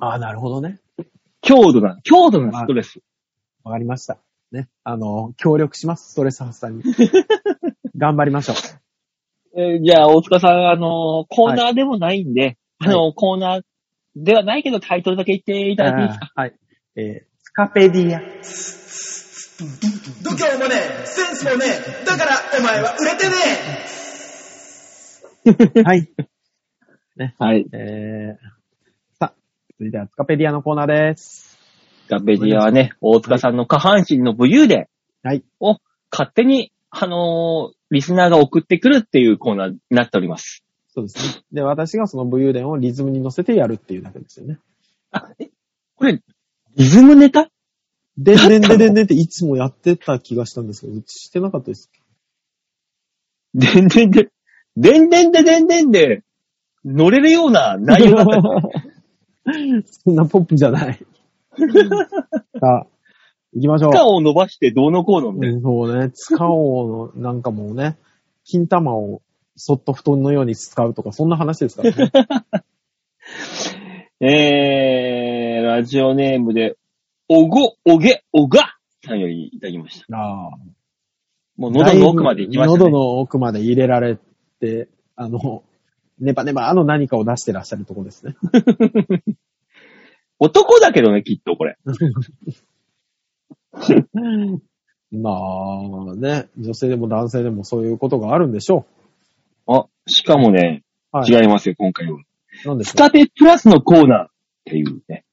Speaker 3: ああ、なるほどね。
Speaker 2: 強度な、強度なストレス。
Speaker 3: わかりました。ね。あの、協力します。ストレス発散 に。頑張りましょう。
Speaker 2: えーじゃあ、大塚さん、あのーコーナーでもないんで、
Speaker 3: はい
Speaker 2: あのーコーナーではないけど、タイトルだけ言っていただいていいですか
Speaker 3: はい。えー、スカペディア。
Speaker 1: 度胸もねえセンスもねえだからお前は売れてねえ
Speaker 3: はい。
Speaker 2: はい。
Speaker 3: えー、さあ、続いてはスカペディアのコーナーです。
Speaker 2: ガベディアはね、大塚さんの下半身の武勇伝
Speaker 3: はい
Speaker 2: を勝手に、あのーリスナーが送ってくるっていうコーナーになっております。
Speaker 3: そうですね。で、私がその武勇伝をリズムに乗せてやるっていうだけですよね。
Speaker 2: あ、え、これ、リズムネタ
Speaker 3: でんでんでんでんでんっていつもやってた気がしたんですけど、うちしてなかったです。
Speaker 2: でんでんで、でんでんででんでんで、乗れるような内容だ ったよ
Speaker 3: そんなポップじゃない。さあ、行きましょう
Speaker 2: 負。荷を伸ばしてどうのこうのみたいな。
Speaker 3: うんそうね、使おうの、なんかもうね、金玉をそっと布団のように使うとか、そんな話ですからね。
Speaker 2: えー、ラジオネームで、おご、おげ、おがさんよりいただきました。
Speaker 3: ああ。
Speaker 2: もう喉の奥まで行きました、ね。
Speaker 3: 喉の奥まで入れられて、あの、ネバネバあの何かを出してらっしゃるとこですね。
Speaker 2: 男だけどね、きっとこれ。
Speaker 3: まあね、女性でも男性でもそういうことがあるんでしょ
Speaker 2: あ、しかもね、
Speaker 3: う。はい。
Speaker 2: 違いますよ、今回は。
Speaker 3: なんでし
Speaker 2: ス
Speaker 3: ょう。
Speaker 2: タテプラスのコーナーっていうね。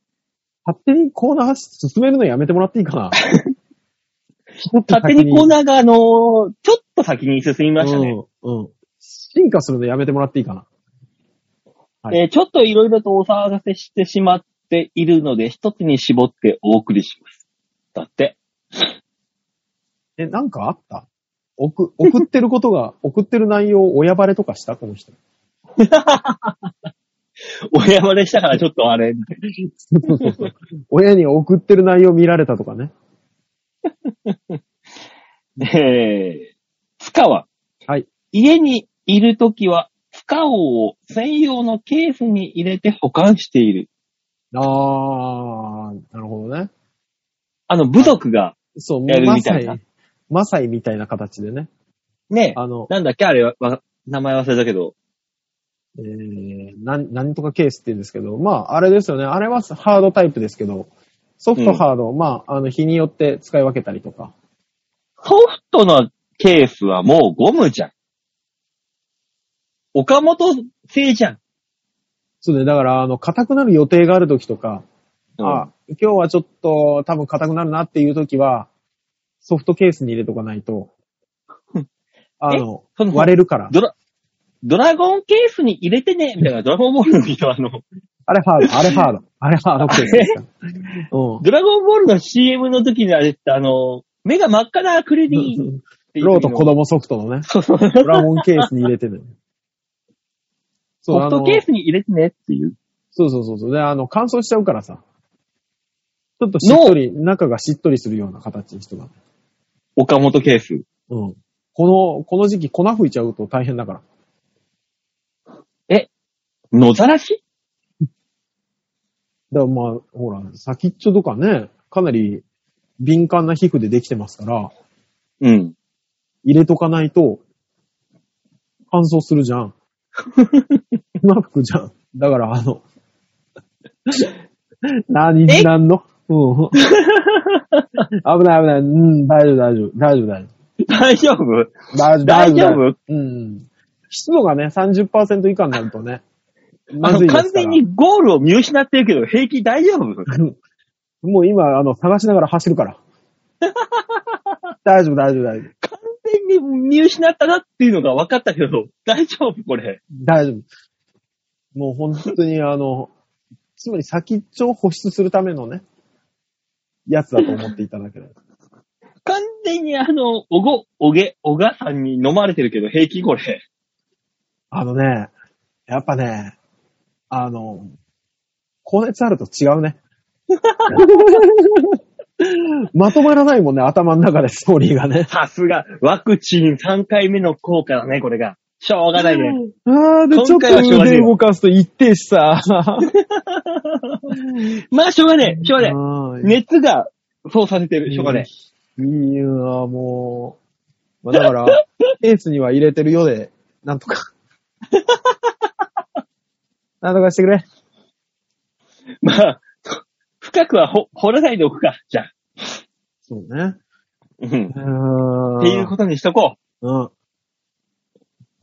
Speaker 3: 勝手にコーナー進めるのやめてもらっていいかな。
Speaker 2: 勝手にコー
Speaker 3: ー
Speaker 2: ナーが、あのーちょっと先に進みましたね。。
Speaker 3: うん。うん進化するのやめてもらっていいかな。はい
Speaker 2: えーちょっといろいろとお騒がせしてしまっているので、一つに絞ってお送りします。だって。
Speaker 3: え、なんかあった送、 送ってることが、送ってる内容を親バレとかしたこの人。
Speaker 2: 親までしたからちょっとあれ、
Speaker 3: 親に送ってる内容見られたとかね。
Speaker 2: えー、スカは、
Speaker 3: はい
Speaker 2: 家にいるときは、スカオを専用のケースに入れて保管している。
Speaker 3: あー、なるほどね。
Speaker 2: あの、部族が、
Speaker 3: そう、
Speaker 2: やる
Speaker 3: マ
Speaker 2: みた
Speaker 3: サ
Speaker 2: いな
Speaker 3: イ、マサイみたいな形でね。
Speaker 2: ね、
Speaker 3: あの、
Speaker 2: なんだっけあれは、わ名前忘れたけど、
Speaker 3: えー、なん、なんとかケースって言うんですけど、まあ、あれですよね。あれはハードタイプですけど、ソフ
Speaker 2: う
Speaker 3: ト
Speaker 2: ん
Speaker 3: ハード、まあ、あの、日によって使い分けたりとか。
Speaker 2: ソフトなケースはもうゴムじゃん。岡本製じゃん。
Speaker 3: そうね、だから、あの、硬くなる予定がある時とか、
Speaker 2: うん
Speaker 3: あ、今日はちょっと多分硬くなるなっていう時は、ソフトケースに入れとかな いと、あの、
Speaker 2: その
Speaker 3: 割れるから。
Speaker 2: ドラ、ドラゴンケースに入れてね、みたいな、ドラゴンボールの人、あの、
Speaker 3: あれハード、あれハード、あれハードケースです から。うん。
Speaker 2: ドラゴンボールの CM の時にあれって、あの、目が真っ赤なアクリルにっていうの
Speaker 3: ローと子供ソフ トのね、
Speaker 2: そうそう。
Speaker 3: ドラゴンケースに入れてる。
Speaker 2: ソフトケー
Speaker 3: ス
Speaker 2: スに入れてねっていう。
Speaker 3: そうそうそうそう。で、あの、乾燥しちゃうからさ。ちょっとしっとり、中がしっとりするような形にしてた。
Speaker 2: 岡本ケース。
Speaker 3: うん。この、この時期粉吹いちゃうと大変だから。
Speaker 2: 野ざらし
Speaker 3: だからまあ、ほら、先っちょとかね、かなり敏感な皮膚でできてますから、
Speaker 2: うん。
Speaker 3: 入れとかないと、乾燥するじゃ ん。粉吹くじゃん。だから あの、何、
Speaker 2: え
Speaker 3: 何のうん。危ない危ない。うん、大丈夫大丈夫。大丈夫大
Speaker 2: 大丈夫
Speaker 3: 丈夫。大丈夫
Speaker 2: 大丈
Speaker 3: 夫。
Speaker 2: 夫
Speaker 3: うん。湿度がね、30%以下になるとね、
Speaker 2: あ
Speaker 3: ま
Speaker 2: の、
Speaker 3: ずいですから
Speaker 2: 完全にゴールを見失ってるけど、平気大丈夫
Speaker 3: もう今、あの、探しながら走 るから。大丈夫、大丈夫、大丈夫。
Speaker 2: 完全に見失ったなっていうのが分かったけど、大丈夫これ。
Speaker 3: 大丈夫。もう本当に、あの、つまり先っちょを保湿するためのね、やつだと思っていただければ。
Speaker 2: 完全にあの、おご、おげ、おがさんに飲まれてるけど、平気こ れ。
Speaker 3: あのね、やっぱね、あの、高熱あると違うね。 まとまらないもんね、頭の中でストーリーがね。
Speaker 2: さすが、ワクチン3回目の効果だね、これが。しょうがないね。
Speaker 3: あーで、ち
Speaker 2: 今
Speaker 3: ょっ
Speaker 2: 回はしょう
Speaker 3: と
Speaker 2: がねえ
Speaker 3: 腕
Speaker 2: よ
Speaker 3: 動かすと一定しさ。
Speaker 2: まあ、しょうがねえ、しょうがね
Speaker 3: は
Speaker 2: え。
Speaker 3: い
Speaker 2: 熱が、そうさせてる、しょうがね
Speaker 3: いいなぁ、もう。まあ、だ から、ケースには入れてるよで、なんとか。なんとかしてく
Speaker 2: え。
Speaker 3: れ。
Speaker 2: まあ、深くはほ掘らないでおくか、じゃあ。
Speaker 3: そうね。
Speaker 2: うん。
Speaker 3: うーん。
Speaker 2: っていうことにしとこう。
Speaker 3: と。うん。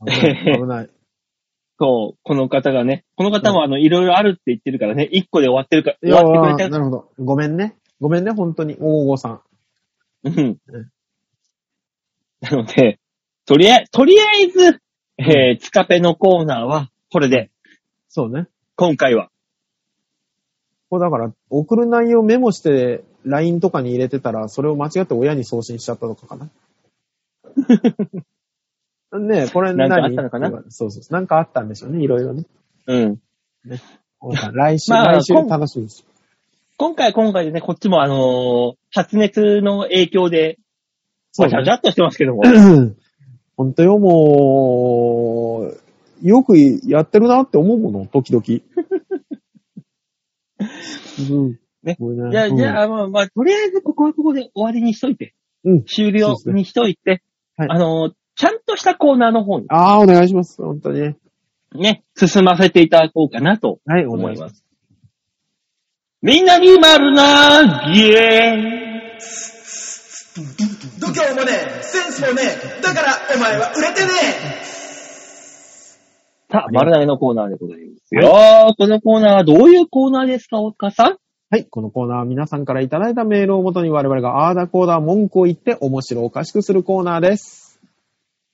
Speaker 3: 危ない。危 ない。
Speaker 2: そう、この方がね。この方もあの、いろいろあるって言ってるからね、一個で終わってるか、
Speaker 3: い
Speaker 2: 終
Speaker 3: や
Speaker 2: わってくれた。
Speaker 3: なるほど。ごめんね。ごめんね、本当に。大御さん。
Speaker 2: うん。なので、とりあえず、とりあえず、えー、つかぺのコーナーは、これで、
Speaker 3: そうね。
Speaker 2: 今回は。
Speaker 3: これだから、送る内容メモして、LINE とかに入れてたら、それを間違って親に送信しちゃったとかか な。ねえ、これ
Speaker 2: な
Speaker 3: 何
Speaker 2: んかあったのかな
Speaker 3: そうそう。なんかあったんでしょうね、いろい ろね。
Speaker 2: うん。
Speaker 3: 来週、
Speaker 2: まあ
Speaker 3: 来週
Speaker 2: 今
Speaker 3: 楽しみです。
Speaker 2: 今回は今回でね、こっちもあのー発熱の影響で、
Speaker 3: そ
Speaker 2: わ
Speaker 3: う
Speaker 2: ちゃわ
Speaker 3: ね
Speaker 2: ちゃっとしてますけども。
Speaker 3: 本当よ、もう、よくやってるなって思うもの、 時々。うん。
Speaker 2: ね
Speaker 3: これね
Speaker 2: じゃあ、
Speaker 3: うん
Speaker 2: じゃあ、まあ、まあ、とりあえずここはここで終わりにしといて。
Speaker 3: うん
Speaker 2: 終了
Speaker 3: そうですね
Speaker 2: にしといて、
Speaker 3: はい
Speaker 2: あのーちゃんとしたコーナーの方に
Speaker 3: ああ、お願いします。本当にね。
Speaker 2: ね、進ませていただこうかなと
Speaker 3: はい、
Speaker 2: 思い
Speaker 3: す。
Speaker 2: ます。みんなに丸なぎえ
Speaker 1: 度胸もねえセンスもねえだからお前は売れてねえ
Speaker 2: さあ、丸投げのコーナーでございますよ。このコーナーはどういうコーナーですか、大塚さん
Speaker 3: はい、このコーナーは皆さんからいただいたメールをもとに我々があーだこーだ文句を言って面白おかしくするコーナーです。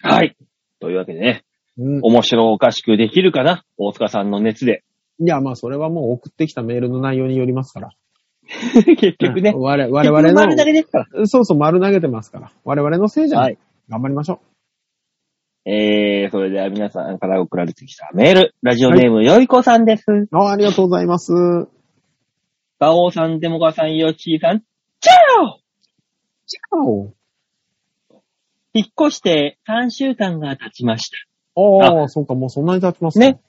Speaker 2: はい。というわけでね、
Speaker 3: うん。
Speaker 2: 面白おかしくできるかな大塚さんの熱で。
Speaker 3: いや、まあ、それはもう送ってきたメールの内容によりますから。
Speaker 2: 結局ね
Speaker 3: うん、我々
Speaker 2: 結
Speaker 3: 我
Speaker 2: 局
Speaker 3: 々
Speaker 2: 丸投
Speaker 3: の、
Speaker 2: げですから。
Speaker 3: そうそう、丸投げてますから。我々のせいじゃな。
Speaker 2: はいい。
Speaker 3: 頑張りましょ
Speaker 2: えー、それでは皆さんから送られてきたメール、ラジオネーム、よいこさんです。
Speaker 3: う。あありがとうございます。チ
Speaker 2: バオさん、デモカさん、ヨッシーさん、チャオ
Speaker 3: ャオ。
Speaker 2: 引っ越して3週間が経ちました。
Speaker 3: ああ、そうか、もうそんなに経ちますか
Speaker 2: ね。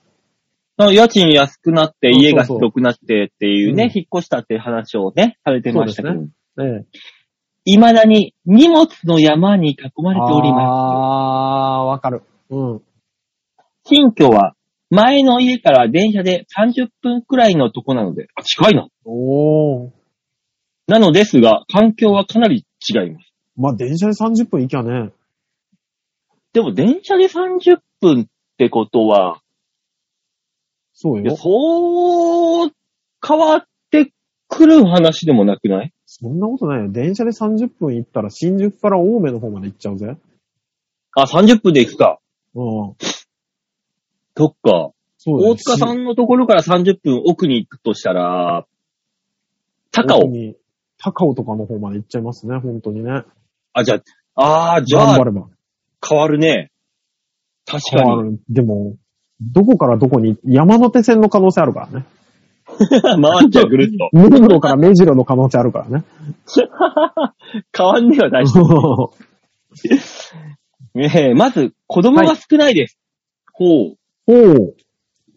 Speaker 2: あの家賃安くなって、
Speaker 3: そうそう
Speaker 2: 家が広くなってっていうね、
Speaker 3: うん
Speaker 2: 引っ越したっていう話をね、されてましたけど、
Speaker 3: そうでええ。
Speaker 2: 未だに荷物の山に囲まれておりま
Speaker 3: ああー、わかる。うん。
Speaker 2: す。新居は、前の家から電車で30分くらいのとこなので、あ、近いな。
Speaker 3: おー。
Speaker 2: なのですが、環境はかなり違います。
Speaker 3: まあ、電車で30分行きゃね。
Speaker 2: でも電車で30分ってことは、
Speaker 3: そう
Speaker 2: いや
Speaker 3: よ。
Speaker 2: そう、変わってくる話でもなくない
Speaker 3: そんなことないよ。電車で30分行ったら新宿から青梅の方まで行っちゃうぜ。
Speaker 2: あ、30分で行くか。
Speaker 3: うん。
Speaker 2: そっか。
Speaker 3: そうだよ
Speaker 2: 大塚さんのところから30分奥に行くとしたら、高
Speaker 3: 奥
Speaker 2: 尾。
Speaker 3: に高尾とかの方まで行っちゃいますね、本当にね。
Speaker 2: あ、じゃあ、あーじゃ
Speaker 3: 頑張
Speaker 2: あ、
Speaker 3: れば。
Speaker 2: 変わるね。確か
Speaker 3: あるでも、どこからどこに、山手線の可能性あるからね。
Speaker 2: に。 回っちゃう、ぐるっと。
Speaker 3: 目黒から目白の可能性あるからね。
Speaker 2: 変わんねえは大事。 ねえ、まず、子供が少ないです。ほう。
Speaker 3: おう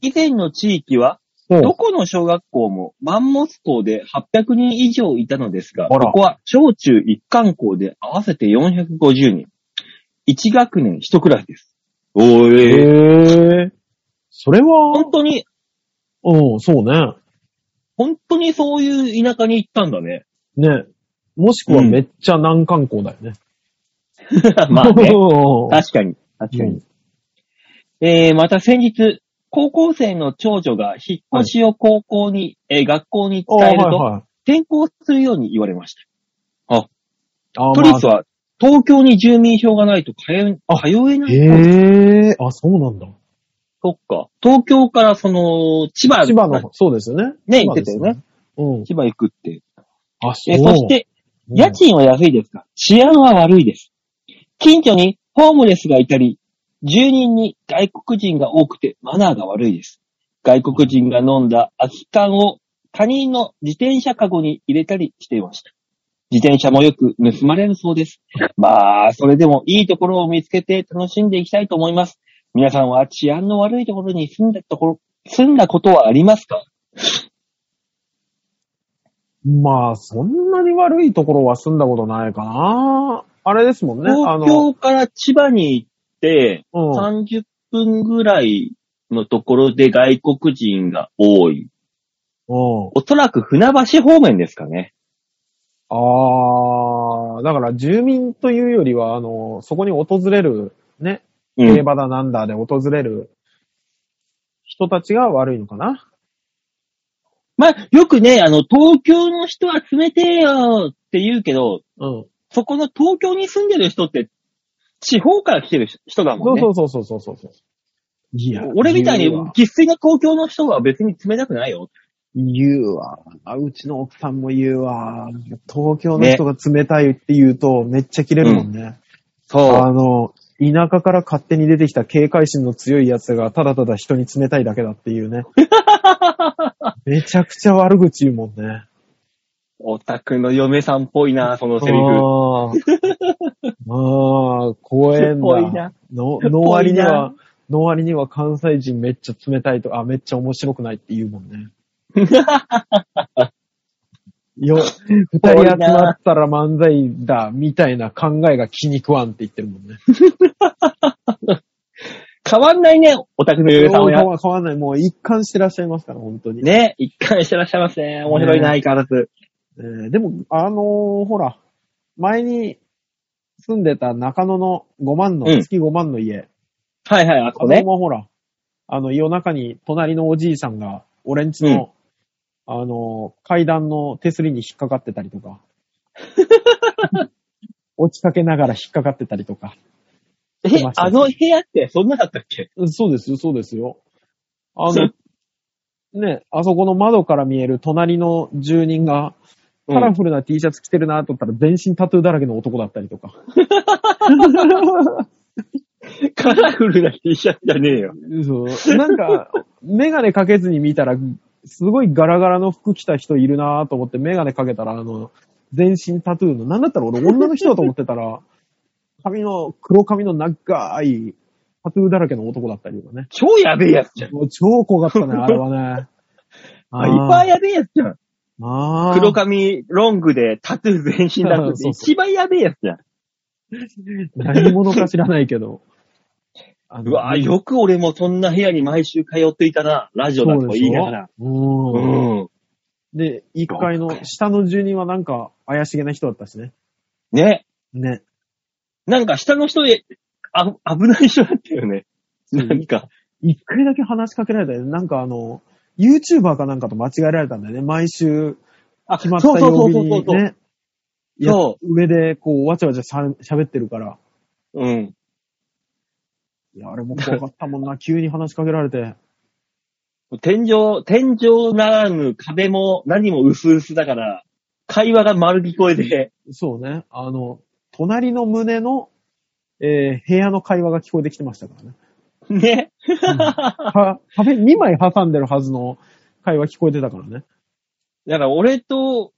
Speaker 2: 以前の地域は、
Speaker 3: お
Speaker 2: ど
Speaker 3: う
Speaker 2: この小学校もマンモス校で800人以上いたのですが、
Speaker 3: あら
Speaker 2: ここは小中一貫校で合わせて450人。1学年1クラスです。おー
Speaker 3: へえ。それは
Speaker 2: 本、当に、
Speaker 3: うん、そうね。
Speaker 2: 本当にそういう田舎に行ったんだね。
Speaker 3: ね。もしくはめっちゃ難関校だよね。
Speaker 2: まあ ね。
Speaker 3: おう
Speaker 2: 確かに。確か
Speaker 3: う
Speaker 2: に
Speaker 3: ん。
Speaker 2: えー、また先日、高校生の長女が引っ越しを高校に、えー学校に
Speaker 3: あ
Speaker 2: 伝える
Speaker 3: はい
Speaker 2: と、
Speaker 3: はい。
Speaker 2: 転校するように言われました。
Speaker 3: あ
Speaker 2: 都立は東京に住民票がないと通え、通えない。
Speaker 3: へえ、あ、そうなんだ。
Speaker 2: そっか。東京からその、千葉、
Speaker 3: 千葉の、そうですよね。
Speaker 2: ね
Speaker 3: 千葉です
Speaker 2: 言って。
Speaker 3: うん。
Speaker 2: 千葉行くって。
Speaker 3: あ、そ
Speaker 2: え、
Speaker 3: う。
Speaker 2: そして、
Speaker 3: うん、
Speaker 2: 家賃は安いですが、治安は悪いです。近所にホームレスがいたり、住人に外国人が多くてマナーが悪いです。外国人が飲んだ空き缶を他人の自転車カゴに入れたりしていました。自転車もよく盗まれるそうです。まあ、それでもいいところを見つけて楽しんでいきたいと思います。皆さんは治安の悪いところに住んだところ、住んだことはありますか
Speaker 3: まあ、そんなに悪いところは住んだことないかな。あれですもんね。
Speaker 2: 東
Speaker 3: あの、
Speaker 2: 京から千葉に行って、
Speaker 3: うん。
Speaker 2: 30分ぐらいのところで外国人が多い。
Speaker 3: うん。
Speaker 2: おそらく船橋方面ですかね。
Speaker 3: あー、だから住民というよりは、あの、そこに訪れる、ね、
Speaker 2: う
Speaker 3: 競
Speaker 2: ん。
Speaker 3: 馬だなんだで訪れる人たちが悪いのかな。
Speaker 2: まあ、よくね、あの、東京の人は冷てえよって言うけど、
Speaker 3: うん。
Speaker 2: そこの東京に住んでる人って、地方から来てる人だ
Speaker 3: そ
Speaker 2: もん
Speaker 3: う
Speaker 2: ね。
Speaker 3: そうそうそうそうそうそう。いや
Speaker 2: 俺みたいに
Speaker 3: 言うわ、
Speaker 2: 喫水の東京の人は別に冷たくないよ。
Speaker 3: 言うわ。あうちの奥さんも言うわ。東京の人が冷たいって言うと、めっちゃ切れるもんね。
Speaker 2: そ
Speaker 3: あの、田舎から勝手に出てきた警戒心の強い奴が、ただただ人に冷たいだけだっていうね。めちゃくちゃ悪口言うもんね。
Speaker 2: う。オタクの嫁さんっぽいな、そのセリフ。
Speaker 3: ああ。 ああ、怖えん
Speaker 2: ぽい
Speaker 3: だ。
Speaker 2: な。
Speaker 3: の、の割に
Speaker 2: ぽい
Speaker 3: は、の割には関西人めっちゃ冷たいとか、あ、めっちゃ面白くないって言うも んね。よ、二人集まったら漫才だ、みたいな考えが気に食わんって言ってるもんね。
Speaker 2: 変わんないね、オタクの嫁さんは
Speaker 3: 変。わ変わんない。もう一貫してらっしゃいますから、本当に。
Speaker 2: ね、一貫してらっしゃいますね。面白いな、
Speaker 3: ね
Speaker 2: 相変わらず。
Speaker 3: えーでも、あのーほら、前に住んでた中野の5万の、
Speaker 2: うん
Speaker 3: 月5万の家。
Speaker 2: はいはい、あそ
Speaker 3: あ
Speaker 2: こ
Speaker 3: の
Speaker 2: ね。
Speaker 3: もほら、あの、夜中に隣のおじいさんが、俺んちの、あのー階段の手すりに引っかかってたりと か。落ちかけながら引っかかってたりとか。
Speaker 2: え
Speaker 3: 来ま、した
Speaker 2: あの部屋ってそんなだったっけ
Speaker 3: うんそうですよ、そうですよ。あ
Speaker 2: そ
Speaker 3: の、ね、あそこの窓から見える隣の住人が、
Speaker 2: う
Speaker 3: カラ
Speaker 2: ん。
Speaker 3: フルな T シャツ着てるなと思ったら、全身タトゥーだらけの男だったり とか。
Speaker 2: カラフルな T シャツじゃねえよ。
Speaker 3: そうな んか、メガネかけずに見たら、すごいガラガラの服着た人いるなと思って、メガネかけたら、あの、全身タトゥーの、なんだったら俺女の人だと思ってたら、 髪の、黒髪の長いタトゥーだらけの男だったりとかね。
Speaker 2: 超やべえやつじゃん。
Speaker 3: もう超怖 かったね、あれはね。
Speaker 2: あ、いっぱい
Speaker 3: い。
Speaker 2: やべえやつじゃん。
Speaker 3: あー
Speaker 2: 黒髪、ロングで、タトゥー全身だって、
Speaker 3: そうそう
Speaker 2: 一番やべえやつじゃん。
Speaker 3: 何者か知らないけど。あの
Speaker 2: うわよく俺もそんな部屋に毎週通っていたな。ラジオだとか言いながら。う
Speaker 3: うん。
Speaker 2: ん。
Speaker 3: で、1階の、下の住人はなんか怪しげな人だったしね。
Speaker 2: ね。
Speaker 3: ね。
Speaker 2: なんか下の人で、あ、危ない人だったよね。なんか、
Speaker 3: 一回だけ話しかけられたよ。なんかあの、YouTuber かなんかと間違えられたんだよね。毎週
Speaker 2: あ、
Speaker 3: 決まった曜日にね。や
Speaker 2: そ
Speaker 3: 上でこう、わちゃわちゃしゃ喋ってるから。
Speaker 2: う。うん。
Speaker 3: いや、あれも怖かったもんな。 急に話しかけられて。
Speaker 2: 天井、天井ならぬ壁も何も薄々だから、会話が丸聞こえで、
Speaker 3: そうね。あの、隣の胸の、えー、部屋の会話が聞こえてきてましたから ね。
Speaker 2: ね。
Speaker 3: は、壁2枚挟んでるはずの会話聞こえてたからね。
Speaker 2: だから俺と、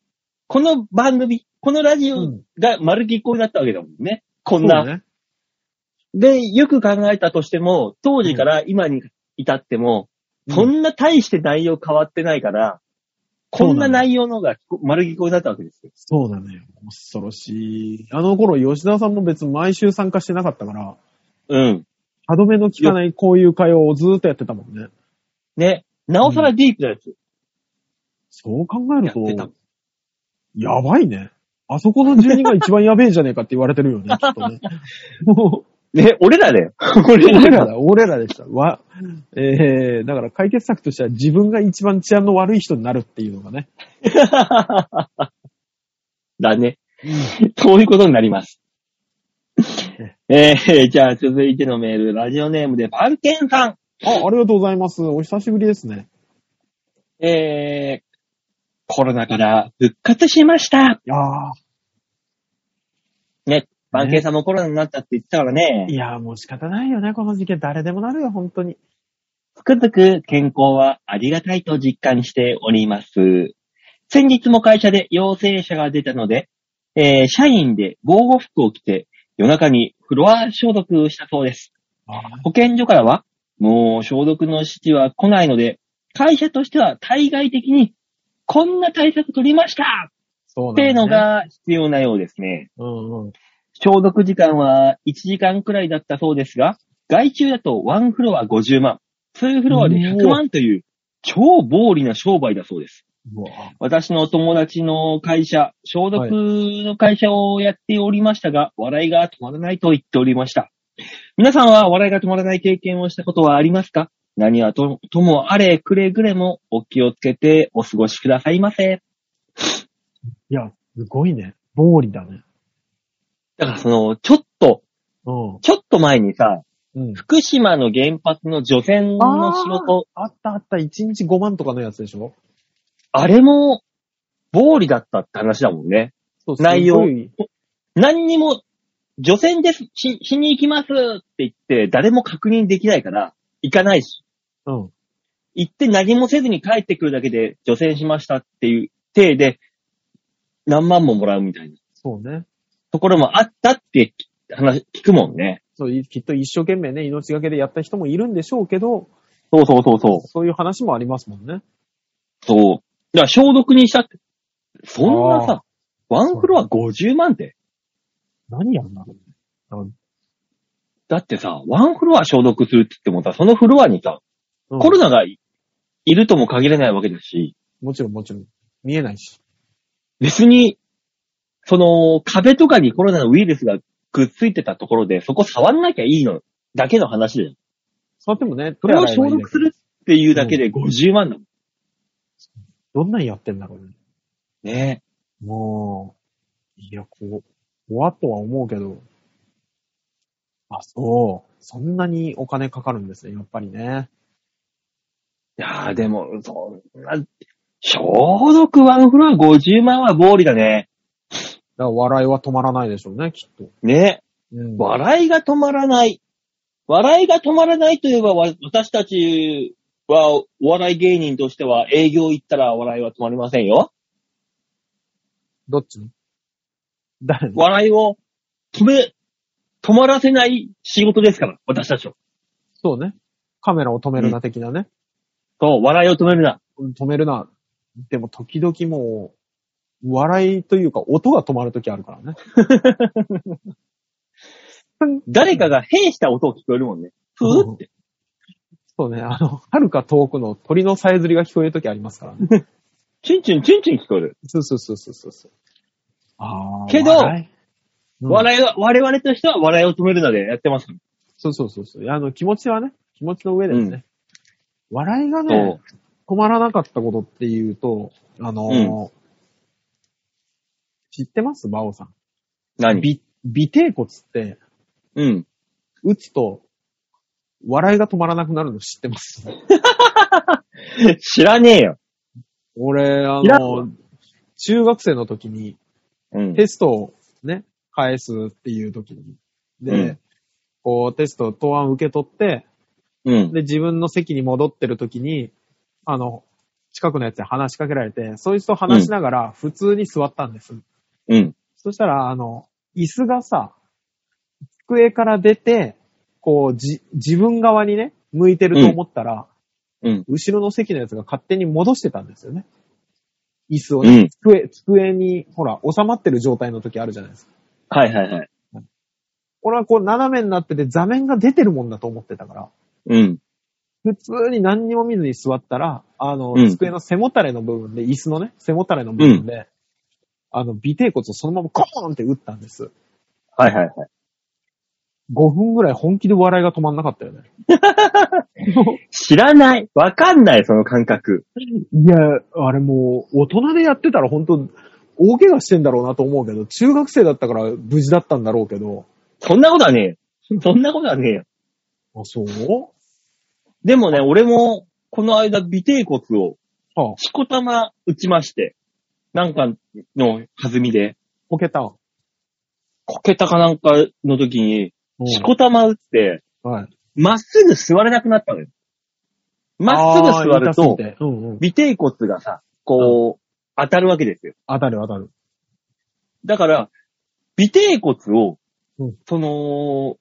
Speaker 2: この番組、このラジ
Speaker 3: う
Speaker 2: オ
Speaker 3: ん
Speaker 2: が丸聞こえだったわけだもんね。こん
Speaker 3: そう
Speaker 2: な。
Speaker 3: ね。
Speaker 2: で、よく考えたとしても、当時から今に至っても、
Speaker 3: うん
Speaker 2: そんな大して内容変わってないから、こんな内容の方が聞こ丸聞こえだったわけですよ。
Speaker 3: そうだね。恐ろしい。あの頃、吉田さんも別に毎週参加してなかったから、
Speaker 2: うん。
Speaker 3: 歯止めの効かないこういう会話をずーっとやってたもんね。
Speaker 2: ね。なおさらディープなやつ
Speaker 3: そう考え
Speaker 2: や
Speaker 3: る
Speaker 2: ってた。
Speaker 3: と、やばいね。あそこの住人が一番やべえんじゃねえかって言われてるよ ね、きっとね。も
Speaker 2: ね、俺らだよ。
Speaker 3: う、
Speaker 2: 俺
Speaker 3: 俺
Speaker 2: ら
Speaker 3: ら
Speaker 2: が。
Speaker 3: だ、俺らでした。わ、えー、だから解決策としては自分が一番治安の悪い人になるっていうのがね。
Speaker 2: だね。そういうことになります。えー、じゃあ続いてのメール、ラジオネームでパンケンさん。
Speaker 3: あ、ありがとうございます。お久しぶりですね。
Speaker 2: えー、コロナから復活しました。
Speaker 3: いやー、
Speaker 2: ね、パンケンさんもコロナになったって言ってたからね
Speaker 3: い。やーもう仕方ないよね、この時期。誰でもなるよ、本当に。
Speaker 2: つくづく健康はありがたいと実感しております。先日も会社で陽性者が出たので、えー社員で防護服を着て夜中にフロア消毒したそうです。
Speaker 3: あ
Speaker 2: 保健所からは、もう消毒の指示は来ないので、会社としては対外的に、こんな対策取りました
Speaker 3: そう
Speaker 2: っていう
Speaker 3: な
Speaker 2: の
Speaker 3: んだね。
Speaker 2: が必要なようですね。
Speaker 3: うんうん。
Speaker 2: 消毒時間は1時間くらいだったそうですが、外注だと1フロア50万、2フロアで100万という超暴利な商売だそうです。
Speaker 3: うわ
Speaker 2: 私の友達の会社、消毒の会社をやっておりましたが、笑いが止まらないと言っておりました。皆さんは笑いが止まらない経験をしたことはありますか何はとともあれくれぐれもお気をつけてお過ごしくださいませ。
Speaker 3: いや、すごいね。暴利だね。
Speaker 2: だからその、ちょっと、
Speaker 3: うん。
Speaker 2: ちょっと前にさ、
Speaker 3: うん。
Speaker 2: 福島の原発の除染の仕事、
Speaker 3: あったあった、1日5万とかのやつでしょ
Speaker 2: あれも、暴利だったって話だもんね。
Speaker 3: そう
Speaker 2: 内容
Speaker 3: すごい
Speaker 2: 何にも、除染です、し、しに行きますって言って、誰も確認できないから、行かないし、
Speaker 3: うん。
Speaker 2: 行って何もせずに帰ってくるだけで除染しましたっていう体で、何万ももらうみたいな
Speaker 3: そうね。
Speaker 2: ところもあったって話、聞くもんね。
Speaker 3: そう、いきっと一生懸命ね、命がけでやった人もいるんでしょうけど、
Speaker 2: そうそうそうそう。
Speaker 3: そういう話もありますもんね。
Speaker 2: そう。だから消毒にしたって、そんな
Speaker 3: あ
Speaker 2: さ、ワンフロア50万って、
Speaker 3: 何やんだろうね。
Speaker 2: だってさ、ワンフロア消毒するって言ってもさ、そのフロアにさ、
Speaker 3: うん
Speaker 2: コロナがいいるとも限らないわけだし、
Speaker 3: もちろんもちろん。見えないし。
Speaker 2: 別に、その、壁とかにコロナのウイルスがくっついてたところで、そこ触んなきゃいいの、だけの話だよ。
Speaker 3: そうやってもね、
Speaker 2: それを
Speaker 3: 手洗えば
Speaker 2: 消
Speaker 3: いいんだ
Speaker 2: 毒
Speaker 3: け
Speaker 2: するっていうだけで50万だもん。
Speaker 3: どどんなんやってんだろうね。
Speaker 2: ね
Speaker 3: もう、いや、こう、怖っとは思うけど。あ、そう。そんなにお金かかるんですね、やっぱりね。
Speaker 2: いやーでも、そんな、消毒ワンフロア50万は暴利だね。
Speaker 3: だから笑いは止まらないでしょうね、きっと。
Speaker 2: ね
Speaker 3: うん
Speaker 2: 笑いが止まらない。笑いが止まらないといえば、わ私たちは、お笑い芸人としては営業行ったら笑いは止まりませんよ。
Speaker 3: どっちの誰の
Speaker 2: 笑いを止め、止まらせない仕事ですから、私たちは。
Speaker 3: そうね。カメラを止めるな的なね。
Speaker 2: そう、笑いを止めるな。
Speaker 3: 止めるな。でも時々もう、笑いというか音が止まる時あるからね。
Speaker 2: 誰かが変した音を聞こえるもんね。ふーって。
Speaker 3: そうね。あの、遥か遠くの鳥のさえずりが聞こえる時ありますからね。
Speaker 2: チュンチュンチュンチュン聞こえる。
Speaker 3: そうそうそうそうそうそう。あー
Speaker 2: けど
Speaker 3: 笑いうん
Speaker 2: 笑いは、我々としては笑いを止めるなでやってますから。
Speaker 3: そうそうそうそう。いや、あの、気持ちはね、気持ちの上ですね。笑いが
Speaker 2: そ
Speaker 3: ね
Speaker 2: う、。
Speaker 3: 止まらなかったことっていうと、あのー知ってますバオさん。
Speaker 2: 何
Speaker 3: び尾低骨って、
Speaker 2: うん。
Speaker 3: 打つと、笑いが止まらなくなるの知ってます
Speaker 2: 知らねえよ。
Speaker 3: 俺、あ
Speaker 2: いや
Speaker 3: の、中学生の時に
Speaker 2: うん。
Speaker 3: テストをね、返すっていう時に。で、
Speaker 2: うん
Speaker 3: こうテスト、答案受け取って、
Speaker 2: うん。
Speaker 3: で、自分の席に戻ってる時に、あの、近くのやつに話しかけられて、そいつと話しながら普通に座ったんです。
Speaker 2: うん。
Speaker 3: そしたら、あの、椅子がさ、机から出て、こう、じ、自分側にね、向いてると思ったら、
Speaker 2: うん。
Speaker 3: 後ろの席のやつが勝手に戻してたんですよね。椅子を
Speaker 2: う
Speaker 3: ね、
Speaker 2: ん
Speaker 3: 机、机に、ほら、収まってる状態の時あるじゃないですか。
Speaker 2: はいはいはい。
Speaker 3: 俺はこう、斜めになってて座面が出てるもんだと思ってたから、
Speaker 2: うん。
Speaker 3: 普通に何にも見ずに座ったら、あの、
Speaker 2: うん
Speaker 3: 机の背もたれの部分で、椅子のね、背もたれの部分で、あの、尾低骨をそのままコーンって打ったんです。
Speaker 2: はいはいはい。
Speaker 3: 5分ぐらい本気で笑いが止まんなかったよね。
Speaker 2: 知らない。わかんない、その感覚。
Speaker 3: いや、あれもう、大人でやってたら本当大怪我してんだろうなと思うけど、中学生だったから無事だったんだろうけど、
Speaker 2: そんなことはねえよ。そんなことはねえよ。
Speaker 3: あ、そう
Speaker 2: でもね、俺も、この間、尾低骨を、
Speaker 3: はあ、
Speaker 2: しこたま打ちまして、なんかの弾みで、
Speaker 3: こけた。
Speaker 2: こけたかなんかの時に、
Speaker 3: うん
Speaker 2: しこたま打って、
Speaker 3: はい。
Speaker 2: まっすぐ座れなくなったのよ。まっすぐ座る
Speaker 3: あー痛
Speaker 2: と
Speaker 3: すぎ、てうんうん。
Speaker 2: 尾低骨がさ、こう、当たるわけですよ。
Speaker 3: 当たる当たる。
Speaker 2: だから、尾低骨を
Speaker 3: うん、
Speaker 2: その、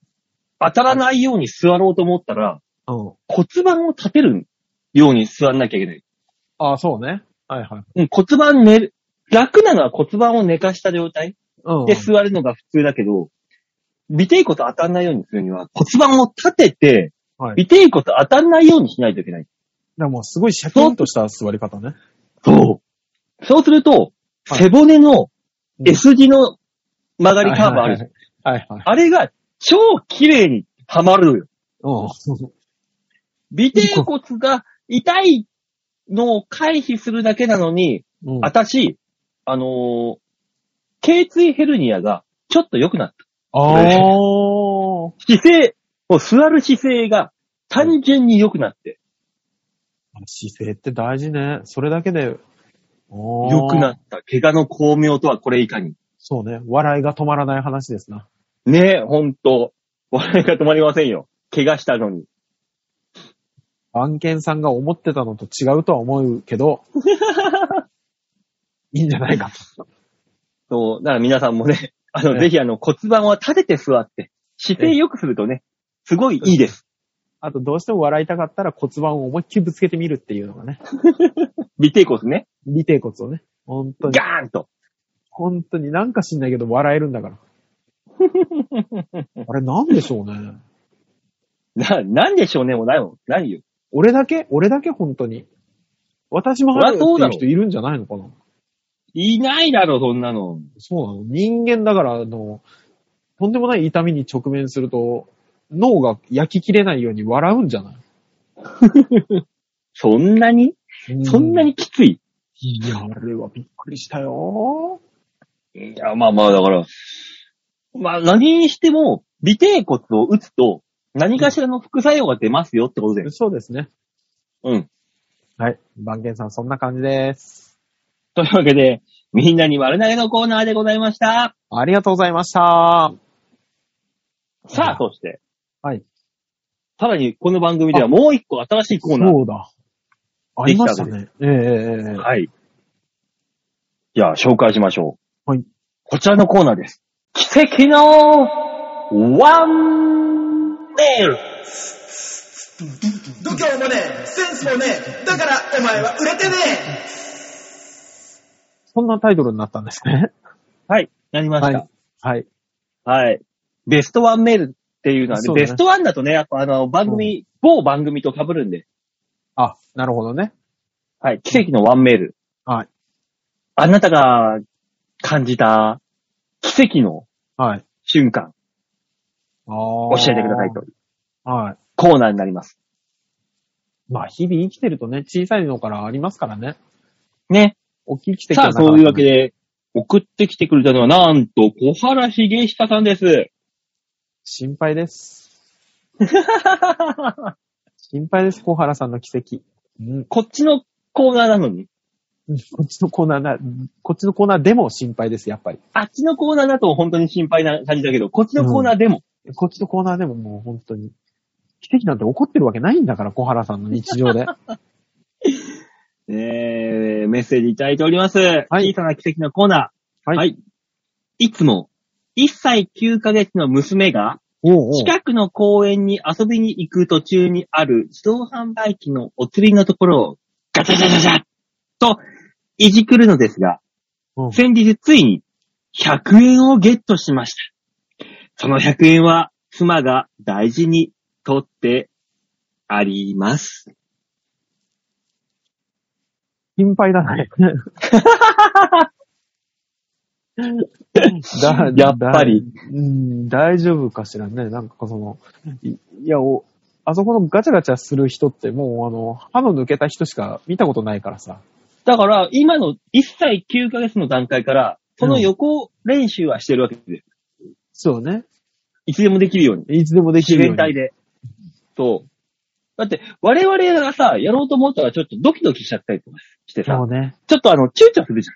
Speaker 2: 当たらないように座ろうと思ったら、
Speaker 3: うん。
Speaker 2: 骨盤を立てるように座んなきゃいけない。
Speaker 3: ああ、そうね。はいはい。
Speaker 2: うん、骨盤寝る。楽なのは骨盤を寝かした状態
Speaker 3: うん。
Speaker 2: で座るのが普通だけど、尾低骨当たんないようにするには骨盤を立てて、
Speaker 3: はい。
Speaker 2: 尾低骨当たんないようにしないといけない。
Speaker 3: でも、すごいシャキンとした座り方ね。
Speaker 2: そう。そうすると、
Speaker 3: はい
Speaker 2: 背骨の
Speaker 3: うん
Speaker 2: S 字の曲がりカーブあるじゃん。
Speaker 3: はいはいはい。はいはい。
Speaker 2: あれが超綺麗にはまるのよ。
Speaker 3: うん。
Speaker 2: 尾低骨が痛いのを回避するだけなのに、
Speaker 3: うん、あ
Speaker 2: 私、あのー頸椎ヘルニアがちょっと良くなった。
Speaker 3: あー。
Speaker 2: 姿勢、もう座る姿勢が単純に良くなって、
Speaker 3: 姿勢って大事ね。それだけで、おー
Speaker 2: 良くなった。怪我の巧妙とはこれいかに。
Speaker 3: そうね。笑いが止まらない話ですな。
Speaker 2: ねえ、ほんと。笑いが止まりませんよ。怪我したのに。
Speaker 3: 案件さんが思ってたのと違うとは思うけど、いいんじゃないかと。
Speaker 2: そう、だから皆さんもね、 あの、
Speaker 3: ね
Speaker 2: ぜひあの骨盤は立てて座って、姿勢良くするとね、すごいいいです。
Speaker 3: あと、どうしても笑いたかったら骨盤を思いっきりぶつけてみるっていうのがね。
Speaker 2: 尾低骨ね。
Speaker 3: 尾低骨をね。本当に。
Speaker 2: ガーンと。
Speaker 3: 本当になんか知んないけど笑えるんだから。あれなんでしょうね。
Speaker 2: な、なんでしょうねもうないもん。何よ。
Speaker 3: 俺だけ俺だけ本当に。私も
Speaker 2: そりゃ
Speaker 3: 入るって
Speaker 2: そうだろ
Speaker 3: いう人いるんじゃないのかない
Speaker 2: ないだろ、そんなの。
Speaker 3: そうなの。人間だから、あの、とんでもない痛みに直面すると、脳が焼き切れないように笑うんじゃない
Speaker 2: そんなにそんな
Speaker 3: に
Speaker 2: にきつい、
Speaker 3: いや、あれはびっくりしたよ。
Speaker 2: いや、まあまあ、だから、まあ何にしても、尾低骨を打つと、何かしらの副作用が出ますよってことで。
Speaker 3: そうですね。
Speaker 2: うん。
Speaker 3: はい。番犬さん、そんな感じです。
Speaker 2: というわけで、みんなに丸投げのコーナーでございました。
Speaker 3: ありがとうございました。
Speaker 2: さあ、
Speaker 3: う
Speaker 2: そして。
Speaker 3: はい。
Speaker 2: さらに、この番組ではもう一個新しいコーナー。
Speaker 3: そうだ。ありましたね。ええええええ
Speaker 2: はい。じゃあ、紹介しましょう。
Speaker 3: はい。
Speaker 2: こちらのコーナーです。奇跡の、ワンメール
Speaker 1: 度胸もねえセンスもねえだからお前は売れてねえ
Speaker 3: そんなタイトルになったんですね。
Speaker 2: はい、なりま
Speaker 3: は
Speaker 2: し
Speaker 3: い
Speaker 2: た。。
Speaker 3: はい。
Speaker 2: はい。ベストワンメールっていうのはね、
Speaker 3: そうね
Speaker 2: ベストワンだとね、やっぱあの、番組、某番組と被るんで、
Speaker 3: あ、なるほどね。
Speaker 2: はい、奇跡のワンメール。
Speaker 3: はい。
Speaker 2: あなたが感じた奇跡の
Speaker 3: はい。
Speaker 2: 瞬間、
Speaker 3: ああ。
Speaker 2: 教えてくださいと。
Speaker 3: は
Speaker 2: コーナーになります。
Speaker 3: い。まあ、日々生きてるとね、小さいのからありますからね。
Speaker 2: ね。
Speaker 3: 大きい奇跡
Speaker 2: さあ、
Speaker 3: はなかな
Speaker 2: そ
Speaker 3: か
Speaker 2: ういうわけ。で、送ってきてくれたのは、なんと、小原茂久さん です。
Speaker 3: 心配です。心配です、小原さんの奇跡。うん。
Speaker 2: こっちのコーナーなのに、
Speaker 3: こっちのコーナーな、こっちのコーナーでも心配です、やっぱり。
Speaker 2: あっちのコーナーだと本当に心配な感じだけど、こっちのコーナーでも、
Speaker 3: こっちのコーナーでももう本当に。奇跡なんて起こってるわけないんだから、小原さんの日 常で。
Speaker 2: えー、メッセージいただいております。
Speaker 3: い
Speaker 2: 小さな奇跡のコーナー。
Speaker 3: はい
Speaker 2: い。いつも、1歳9ヶ月の娘が、
Speaker 3: おうおう
Speaker 2: 近くの公園に遊びに行く途中にある自動販売機のお釣りのところをガチャガチャガチャといじくるのですが、
Speaker 3: うん
Speaker 2: 先日ついに100円をゲットしました。その100円は妻が大事に取ってあります。
Speaker 3: 心配だね。だ
Speaker 2: やっぱり。
Speaker 3: だうん大丈夫かしらね。なんかその、いいや、おあそこのガチャガチャする人ってもうあの、歯の抜けた人しか見たことないからさ。
Speaker 2: だから今の1歳9ヶ月の段階から、その予行練習はしてるわけです。
Speaker 3: そうね。
Speaker 2: いつでもできるように。
Speaker 3: いつでもでき
Speaker 2: 自
Speaker 3: るよう
Speaker 2: 然
Speaker 3: に。
Speaker 2: 体で。そう。だって、我々がさ、やろうと思ったらちょっとドキドキしちゃったりとかしてさ
Speaker 3: そ、うね。
Speaker 2: ちょっとあの、躊躇するじ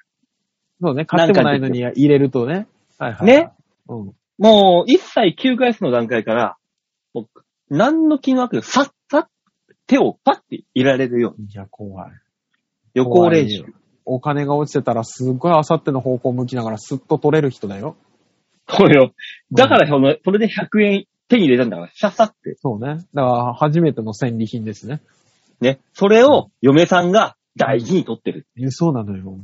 Speaker 3: そうね。買ってもないのに入れるとね。はいはい。
Speaker 2: ね。
Speaker 3: うん。
Speaker 2: ゃん。もう、1歳9ヶ月の段階から、もう、何の気もなく、さっさっ、手をパッていられるように。
Speaker 3: いや、怖い。
Speaker 2: 予行練習
Speaker 3: 怖。お金が落ちてたらすっごいあさっての方向向きながらスッと取れる人だよ。
Speaker 2: これを。だから、その、それで100円手に入れたんだから、さっさって。
Speaker 3: そうね。だから、初めての戦利品ですね。
Speaker 2: ね。それを、嫁さんが大事に取ってる。
Speaker 3: えそうなのよ。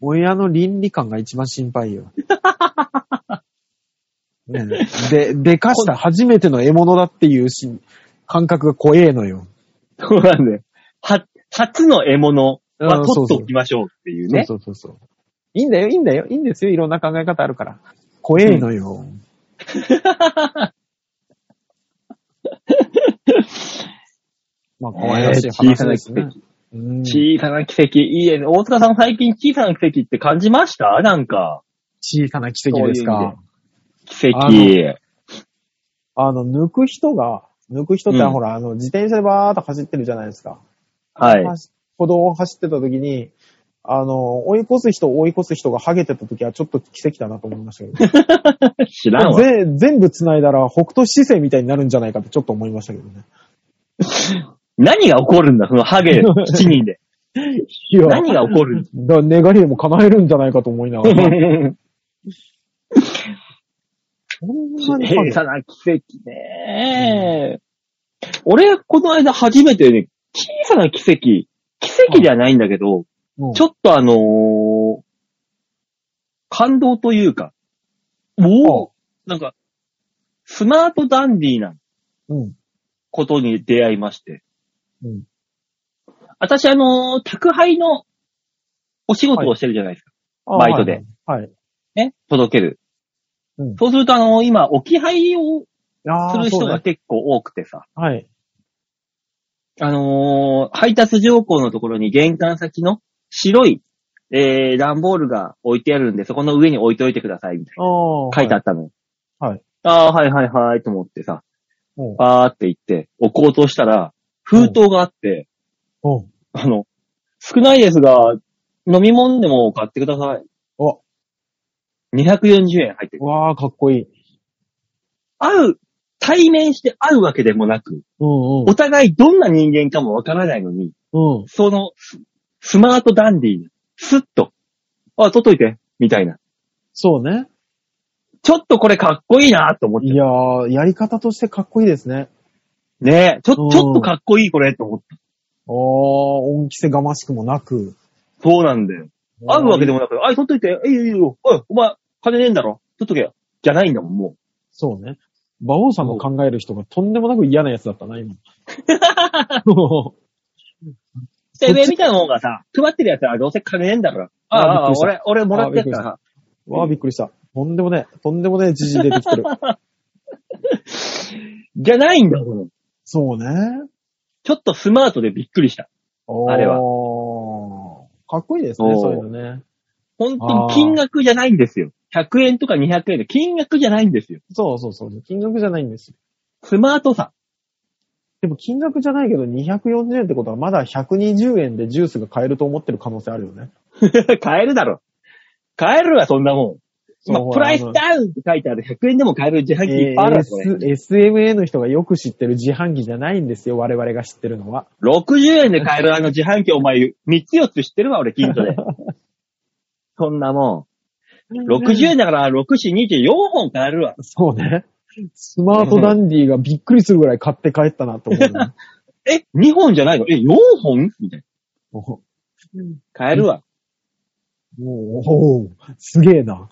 Speaker 3: 親の倫理観が一番心配 よ。ねえで、でかした初めての獲物だっていうし、感覚が怖えのよ。
Speaker 2: そうなんだよ。は、初の獲物は
Speaker 3: うんそ
Speaker 2: 取って
Speaker 3: うそう
Speaker 2: おきましょうっていうね。
Speaker 3: そうそうそうそう。いいんだよ、いいんだよ、いいんですよ。いろんな考え方あるから。怖えのよ。 まあ、怖いらしい話ですね。うん
Speaker 2: 小さな奇跡。いいえ、大塚さん最近小さな奇跡って感じましたなんか。
Speaker 3: 小さな奇跡です
Speaker 2: そういう意
Speaker 3: か
Speaker 2: 味。奇跡
Speaker 3: あ。のあの、抜く人が、抜く人って
Speaker 2: うん
Speaker 3: ほら、あの、自転車でバーっと走ってるじゃないですか。
Speaker 2: はい。
Speaker 3: 走歩道を走ってた時に、あの、追い越す人、追い越す人がハゲてた時はちょっと奇跡だなと思いましたけど。
Speaker 2: 知らんわ。
Speaker 3: ぜ全部繋いだら北斗姿勢みたいになるんじゃないかってちょっと思いましたけどね。
Speaker 2: 何が起こるんだそのハ ゲ7人で。
Speaker 3: いや、
Speaker 2: 何が起こるんだ
Speaker 3: だ願いでも叶えるんじゃないかと思い ながら。そんなにハゲ
Speaker 2: 小さな奇跡ね、俺、この間初めてね、小さな奇跡。奇跡ではないんだけど、
Speaker 3: うん
Speaker 2: ちょっとあのー感動というか、
Speaker 3: お
Speaker 2: なんか、スマートダンディーな
Speaker 3: うん。
Speaker 2: ことに出会いまして。
Speaker 3: うん
Speaker 2: 私、あのー宅配のお仕事をしてるじゃないですか。
Speaker 3: あ
Speaker 2: バイトで。
Speaker 3: はいはい。
Speaker 2: ね。届ける。
Speaker 3: うん
Speaker 2: そうすると、あのー今、置き配を
Speaker 3: あ
Speaker 2: す
Speaker 3: あ、
Speaker 2: る人
Speaker 3: そう
Speaker 2: が
Speaker 3: ね。
Speaker 2: 結構多くてさ。
Speaker 3: はい。
Speaker 2: あのー配達条項のところに玄関先の白い、えー、段ボールが置いてあるんで、そこの上に置いといてください、みたい
Speaker 3: ああ。
Speaker 2: な。書いてあ
Speaker 3: っ
Speaker 2: ったの。
Speaker 3: はい。
Speaker 2: ああ、はいはいはい、と思ってさ、
Speaker 3: た。うん
Speaker 2: バーって行って、置こうとしたら、封筒があって、
Speaker 3: うん。
Speaker 2: あの、少ないですが、飲み物でも買ってください。
Speaker 3: お
Speaker 2: 240円入ってる。
Speaker 3: わあ、かっこいい。
Speaker 2: 会う、対面して会うわけでもなく、
Speaker 3: うん
Speaker 2: お互いどんな人間かもわからないのに、
Speaker 3: うん。うん。
Speaker 2: そのス、スマートダンディーに、スッと、あ、取っといて、みたいな。
Speaker 3: そうね。
Speaker 2: ちょっとこれかっこいいなと思って。
Speaker 3: いやー、やり方としてかっこいいですね。
Speaker 2: ねえ、ちょ、ち
Speaker 3: うん
Speaker 2: ょっとかっこいいこれと思って。
Speaker 3: おー、恩着せがましくもなく。
Speaker 2: そうなんだよ。会うわけでもなく、あ、取っといて、えいよいいよ、おい、お前、金ねえんだろ取っとけよ。じゃないんだもん、もう。
Speaker 3: そうね。馬王さんの考える人がとんでもなく嫌なやつだったな、今。も
Speaker 2: で、上みたいなもんがさ、配ってるやつはどうせ金ねえんだから。あ
Speaker 3: あ
Speaker 2: あ、
Speaker 3: びっくりした
Speaker 2: 俺、俺もらってやったらさ。
Speaker 3: うわー、びっくりした。とんでもねえ、とんでもねえじじい出てきてる。
Speaker 2: じゃないんだ、その。
Speaker 3: そうね。
Speaker 2: ちょっとスマートでびっくりした。あれは
Speaker 3: は。かっこいいですね、
Speaker 2: おー
Speaker 3: そういうのね。
Speaker 2: 本当に金額じゃないんですよ。100円とか200円で金額じゃないんですよ。
Speaker 3: そうそうそう。金額じゃないんですよ。
Speaker 2: スマートさ。
Speaker 3: でも金額じゃないけど240円ってことはまだ120円でジュースが買えると思ってる可能性あるよね。
Speaker 2: 買えるだろ。買えるわ、そんなもん。ま
Speaker 3: そう
Speaker 2: あ、プライスダウンって書いてある100円でも買える自販機いっぱいあるわ、これ。
Speaker 3: S- SMA の人がよく知ってる自販機じゃないんですよ、我々が知ってるのは。
Speaker 2: 60円で買えるあの自販機お前3つ4つ知ってるわ、俺、近所 で。そんなもん。60円だから6、4、24本買えるわ。
Speaker 3: そうね。スマートダンディがびっくりするぐらい買って帰ったなと思うね
Speaker 2: え、2本じゃないのえ、4本みたいな。
Speaker 3: も
Speaker 2: 買えるわ。
Speaker 3: う、もうおうすげえな。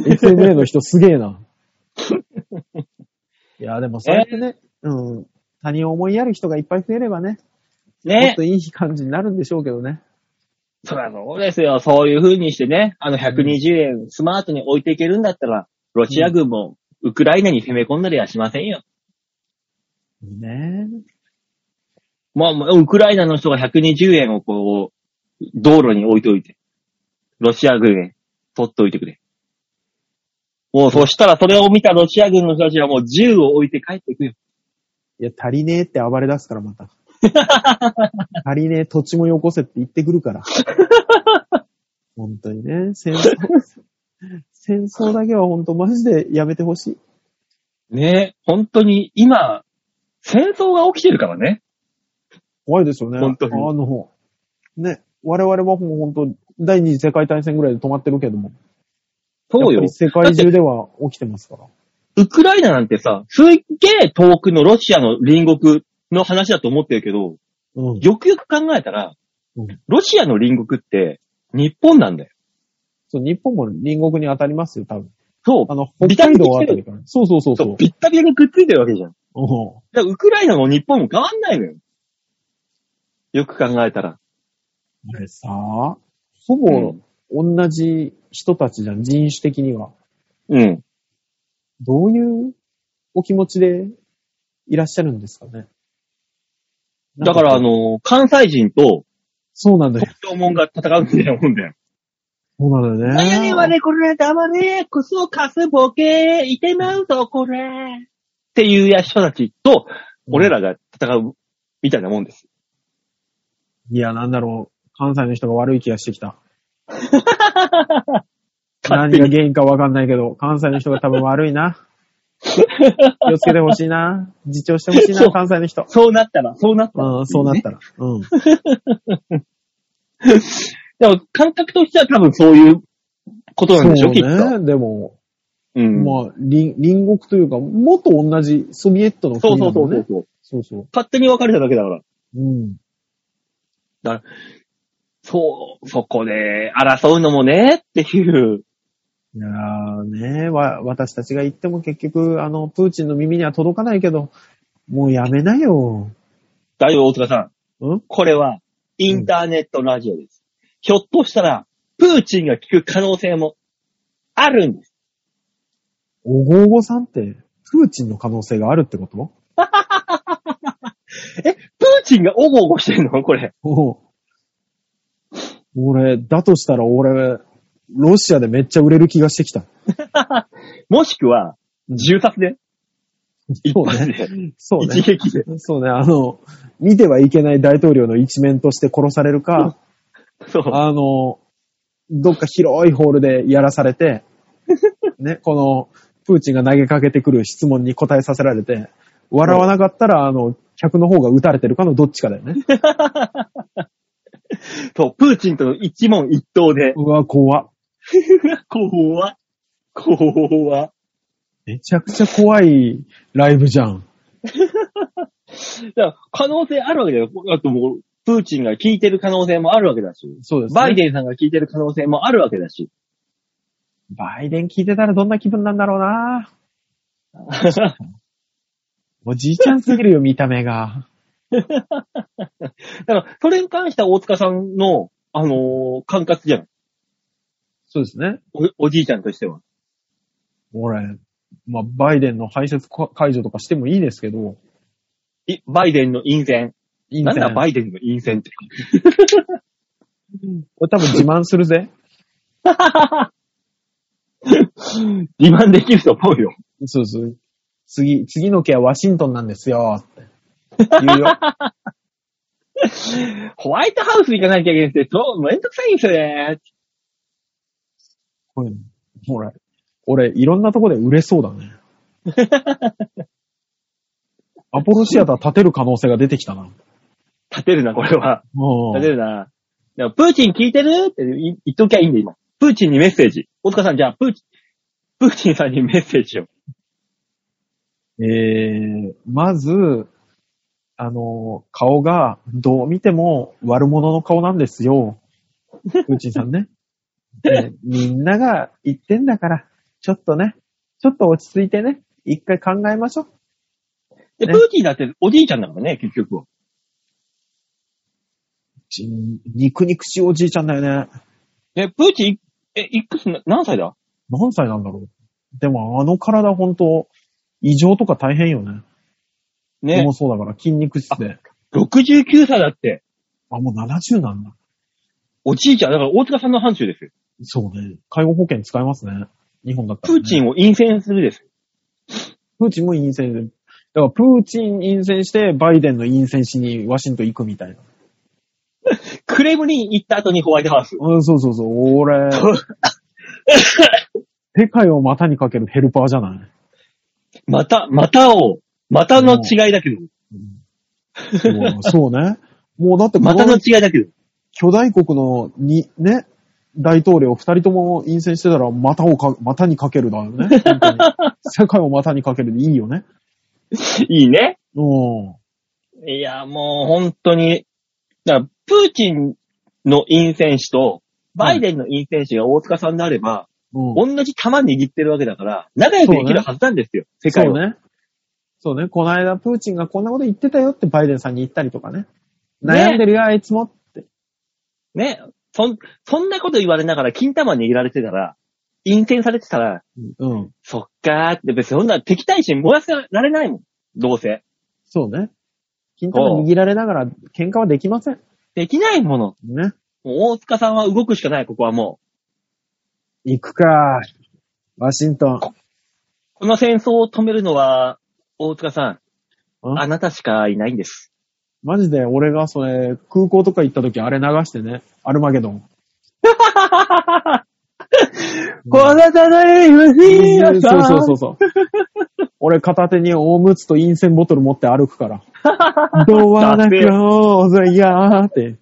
Speaker 3: SMA の人すげえな。いや、でもそうやってね、うん、他人を思いやる人がいっぱい増えればね、もっ
Speaker 2: ね
Speaker 3: と。いい感じになるんでしょうけどね。
Speaker 2: そらそうですよ。そういう風にしてね、あの120円スマートに置いていけるんだったら、ロシア軍もウクライナに攻め込んだりはしませんよ。
Speaker 3: ねえ。
Speaker 2: まあ、もうウクライナの人が120円をこう、道路に置いといて、ロシア軍へ取っておいてくれ。もう、そしたらそれを見たロシア軍の人たちはもう銃を置いて帰っていくよ。
Speaker 3: いや、足りねえって暴れ出すから、また。足りねえ土地もよこせって言ってくるから。本当にね、戦争、戦争だけは本当マジでやめてほしい。
Speaker 2: ねえ、本当に今、戦争が起きてるからね。
Speaker 3: 怖いですよね。
Speaker 2: 本当に
Speaker 3: あの、ね、我々はもう本当、第二次世界大戦ぐらいで止まってるけども。
Speaker 2: そう
Speaker 3: や
Speaker 2: よ
Speaker 3: っぱり。世界中では起きてますから。
Speaker 2: ウクライナなんてさ、すっげえ遠くのロシアの隣国の話だと思ってるけど、
Speaker 3: うん。
Speaker 2: よくよく考えたら
Speaker 3: うん、
Speaker 2: ロシアの隣国って日本なんだよ。
Speaker 3: そう、日本も隣国に当たりますよ、多分。
Speaker 2: そう
Speaker 3: あの、北海道あたりから。そうそうそうそ
Speaker 2: そうう。。ぴったりにくっついてるわけじゃん。
Speaker 3: うん
Speaker 2: だからウクライナも日本も変わんないのよ。よく考えたら。
Speaker 3: あれさ、ほぼ同じ人たちじゃん、人種的には。
Speaker 2: うん。
Speaker 3: どういうお気持ちでいらっしゃるんですかね。
Speaker 2: だから、あ、の、関西人と、
Speaker 3: そうなんだよ。
Speaker 2: 東京門が戦うみたいなもんだよ。
Speaker 3: そうなんだよね。
Speaker 2: 々これ黙れ、クソカスボケ、いてまうぞ、これ。っていうや人たちと、俺らが戦うみたいなもんです。
Speaker 3: いや、なんだろう。関西の人が悪い気がしてきた。
Speaker 2: 勝
Speaker 3: 何
Speaker 2: 手
Speaker 3: が
Speaker 2: に。
Speaker 3: 原因かわかんないけど、関西の人が多分悪 いな。気をつけてほしいな。自重してほしい
Speaker 2: そ
Speaker 3: な、
Speaker 2: う
Speaker 3: 関西の人。
Speaker 2: そうなったら、そうなったら。
Speaker 3: うん、そうなったら。うん。
Speaker 2: でも、感覚としては多分そういうことなんでしょ、きっと。
Speaker 3: ね。でも、
Speaker 2: うん。
Speaker 3: まあ、隣隣国というか、もっと同じソビエットの
Speaker 2: そう
Speaker 3: 国
Speaker 2: そうそ
Speaker 3: なの
Speaker 2: うそ
Speaker 3: ね
Speaker 2: う。そう。
Speaker 3: そうそう。
Speaker 2: 勝手に別れただけだから。
Speaker 3: うん。
Speaker 2: そう、そこで争うのもね、っていう。
Speaker 3: いやーねわ、私たちが言っても結局、あの、プーチンの耳には届かないけど、もうやめなよ。
Speaker 2: だよ、大塚さん。
Speaker 3: ん
Speaker 2: これは、インターネットラジオです。ひょっとしたら、プーチンが聞く可能性もあるんです。
Speaker 3: おごおごさんって、プーチンの可能性があるってこと
Speaker 2: プーチンがおごおごしてんのこれ。
Speaker 3: おう俺、だとしたら俺、ロシアでめっちゃ売れる気がしてきた。
Speaker 2: もしくは、銃殺で。一
Speaker 3: そう
Speaker 2: 発
Speaker 3: ね。
Speaker 2: で。
Speaker 3: そう
Speaker 2: 一
Speaker 3: ね。
Speaker 2: 撃で。
Speaker 3: そうね。あの、見てはいけない大統領の一面として殺されるか、
Speaker 2: そう。
Speaker 3: あの、どっか広いホールでやらされ て、ね、この、プーチンが投げかけてくる質問に答えさせられて、笑わなかったら、あの、客の方が撃たれてるかのどっちかだよね。
Speaker 2: そう、プーチンとの一問一答 で。
Speaker 3: うわ、怖っ。
Speaker 2: 怖っ。怖っ。
Speaker 3: めちゃくちゃ怖いライブじゃん。
Speaker 2: だから可能性あるわけだよ。あともう、プーチンが聞いてる可能性もあるわけだし。
Speaker 3: そうです、ね。
Speaker 2: バイデンさんが聞いてる可能性もあるわけだし。
Speaker 3: バイデン聞いてたらどんな気分なんだろう なおじいちゃんすぎるよ、見た目が。
Speaker 2: だから、それに関しては大塚さんの、あのー感覚じゃん。
Speaker 3: そうですね。
Speaker 2: お、おじいちゃんとしては。
Speaker 3: 俺、まあ、バイデンの排泄か解除とかしてもいいですけど、
Speaker 2: いバイデンの陰線。
Speaker 3: いいん
Speaker 2: なんだバ
Speaker 3: イ
Speaker 2: イデンの陰線 って。
Speaker 3: これ多分自慢するぜ。
Speaker 2: 自慢できると思うよ。
Speaker 3: そうそう。次、次の家はワシントンなんですよ、って言う よ。
Speaker 2: ホワイトハウス行かなきゃいけないって、そう、めんどくさいんですよね。
Speaker 3: これほら、俺、いろんなとこで売れそうだ ね。アポロシアター建てる可能性が出てきたな。
Speaker 2: 立てるな、これは。
Speaker 3: も
Speaker 2: 立てるな。でもプーチン聞いてるって言言っときゃいいんだ、今。プーチンにメッセージ。大塚さん、じゃあ、プーチン、プーチンさんにメッセージを。
Speaker 3: う、えー、まず、あの、顔が、どう見ても悪者の顔なんです よ。プーチンさんね。ねみんなが言ってんだから、ちょっとね、ちょっと落ち着いてね、一回考えましょう。
Speaker 2: で、
Speaker 3: ね
Speaker 2: プーチンだっておじいちゃんだからね、結局は。
Speaker 3: ち肉肉しいおじいちゃんだよね。
Speaker 2: え、プーチンい、え、いくつな、何歳だ
Speaker 3: 何歳なんだろう。でもあの体本当異常とか大変よね。ね
Speaker 2: ね
Speaker 3: も。そうだから筋肉質で。
Speaker 2: 69歳だって。
Speaker 3: あ、もう70なんだ。
Speaker 2: おじいちゃん、だから大塚さんの範疇ですよ。
Speaker 3: そうね。介護保険使えますね。日本だった
Speaker 2: プ
Speaker 3: ら、ね。
Speaker 2: ーチンを陰線するです。
Speaker 3: プーチンも陰性で。だからプーチン陰性して、バイデンの陰性しにワシントン行くみたいな。
Speaker 2: クレムリン行った後にホワイトハウス。
Speaker 3: うん、そうそうそう。俺、世界を股にかけるヘルパーじゃない。
Speaker 2: また、またを、またの違いだけど。
Speaker 3: そうそうね。もうだってこ
Speaker 2: またの
Speaker 3: の
Speaker 2: 違いだけど。
Speaker 3: 巨大国のに、ね、大統領二人とも陰性してたら、股をか、股にかけるだよね。本当に世界を股にかけるでいいよね。
Speaker 2: いいね。
Speaker 3: うん。
Speaker 2: いや、もう本当に。だから、プーチンの陰線師と、バイデンの陰線師が大塚さんであれば、
Speaker 3: うん
Speaker 2: 同じ玉握ってるわけだから、仲良くできるはずなんですよ、世界
Speaker 3: そう
Speaker 2: は。
Speaker 3: ね。そうね。この間、プーチンがこんなこと言ってたよってバイデンさんに言ったりとかね。
Speaker 2: ね
Speaker 3: 悩んでるよ、あいつもって。
Speaker 2: ね。そん、そんなこと言われながら、金玉握られてたら、陰線されてたら、
Speaker 3: うん。
Speaker 2: そっかーって、別にそんな敵対心燃やせられないもん。どうせ。
Speaker 3: そうね。金玉握られながら喧嘩はできません。
Speaker 2: できないもの。
Speaker 3: ね。
Speaker 2: もう大塚さんは動くしかない、ここはもう。
Speaker 3: 行くか。ワシントン。
Speaker 2: この戦争を止めるのは、大塚さん、
Speaker 3: ん
Speaker 2: あなたしかいないんです。
Speaker 3: マジで俺がそれ、空港とか行った時あれ流してね。アルマゲド ン。
Speaker 2: こなたのい不
Speaker 3: そうそうそうそう。俺片手に大ムツと陰線ボトル持って歩く から。ドアなクローズやーって。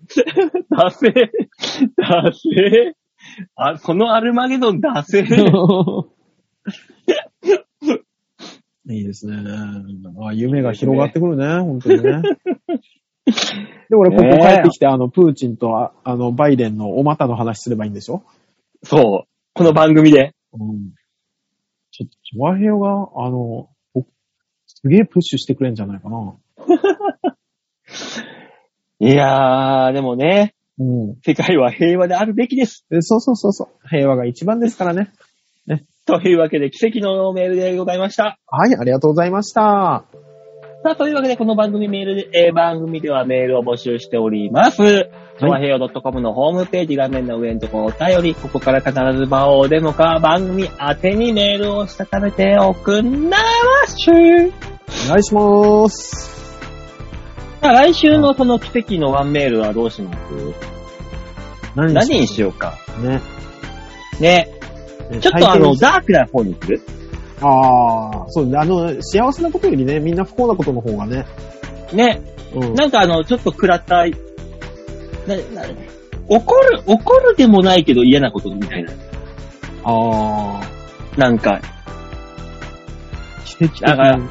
Speaker 2: ダセー。ダセー。あ、このアルマゲドンダ セー。
Speaker 3: いいですね。あ夢が広がってくるね、本当にね。で、俺、こ
Speaker 2: ね
Speaker 3: こ
Speaker 2: え
Speaker 3: 帰ってきて、あの、プーチンとあ、あの、バイデンのお股の話すればいいんでしょ
Speaker 2: そう。この番組で。
Speaker 3: うん。ちょっと、チョアヘヨが、あの、おすげえプッシュしてくれんじゃないかな。
Speaker 2: いやー、でもね、
Speaker 3: うん。
Speaker 2: 世界は平和であるべきです。
Speaker 3: えそうそうそうそう。平和が一番ですからね。
Speaker 2: というわけで、奇跡のメールでございました。
Speaker 3: はい、ありがとうございました。
Speaker 2: さあ、というわけで、この番組メールで、えー番組ではメールを募集しております。ちょわへよ .com のホームページ画面の上のところお便り、ここから必ず場をデモか、番組宛てにメールをしたためておくんなましゅ
Speaker 3: お願いします。
Speaker 2: さあ、来週のその奇跡のワンメールはどうします
Speaker 3: 何
Speaker 2: 何にしようか。
Speaker 3: うね。
Speaker 2: ね。ちょっとあの、ダークな方にする
Speaker 3: ああ、そうね。あの、幸せなことよりね、みんな不幸なことの方がね。
Speaker 2: ね。
Speaker 3: うん。
Speaker 2: なんかあの、ちょっと食らった、な、な、怒る、怒るでもないけど嫌なことみたいな。
Speaker 3: ああ、
Speaker 2: なんか、
Speaker 3: 奇跡的
Speaker 2: だから
Speaker 3: な。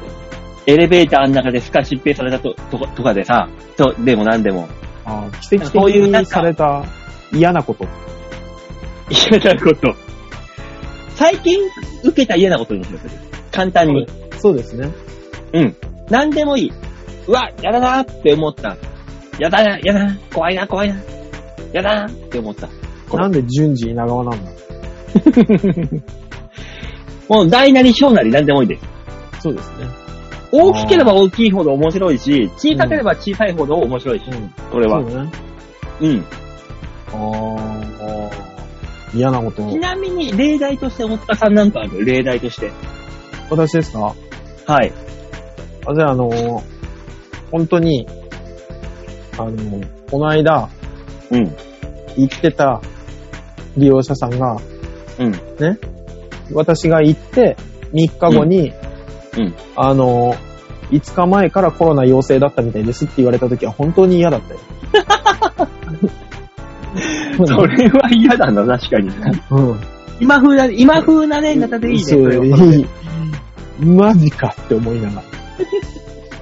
Speaker 2: エレベーターの中でスカシッペされたととことかでさ、と、でもなんでも、
Speaker 3: あー奇跡的
Speaker 2: そういうなん
Speaker 3: に
Speaker 2: か
Speaker 3: された嫌なこと。
Speaker 2: 嫌なこと。最近受けた嫌なことにしよう。簡単に。
Speaker 3: そうですね。
Speaker 2: うん。なんでもいい。うわ、やだなーって思った。やだな、やだな、怖いな、怖いな。やだな ーって思った。これ
Speaker 3: なんで順次稲川なんだ
Speaker 2: ももう大なり小なり何でもいいです。
Speaker 3: そうですね。
Speaker 2: 大きければ大きいほど面白いし、小さければ小さいほど面白いし、
Speaker 3: うん。
Speaker 2: これは。
Speaker 3: そうね。
Speaker 2: うん。
Speaker 3: あーあー。嫌なこと
Speaker 2: ちなみに、例題として大塚さんなんかある例題として。
Speaker 3: 私ですか
Speaker 2: はい。
Speaker 3: あ、じゃあ、あのー本当に、あのーこの間、
Speaker 2: うん。
Speaker 3: 行ってた利用者さんが、
Speaker 2: うん。
Speaker 3: 私が行って、3日後に、
Speaker 2: うんうん
Speaker 3: あのー5日前からコロナ陽性だったみたいですって言われた時は本当に嫌だったよ。
Speaker 2: それは嫌だな、確かに。
Speaker 3: うん。
Speaker 2: 今風な、今風なね、方でいいね。それ
Speaker 3: そう
Speaker 2: はそれで
Speaker 3: いいマジかって思いながら。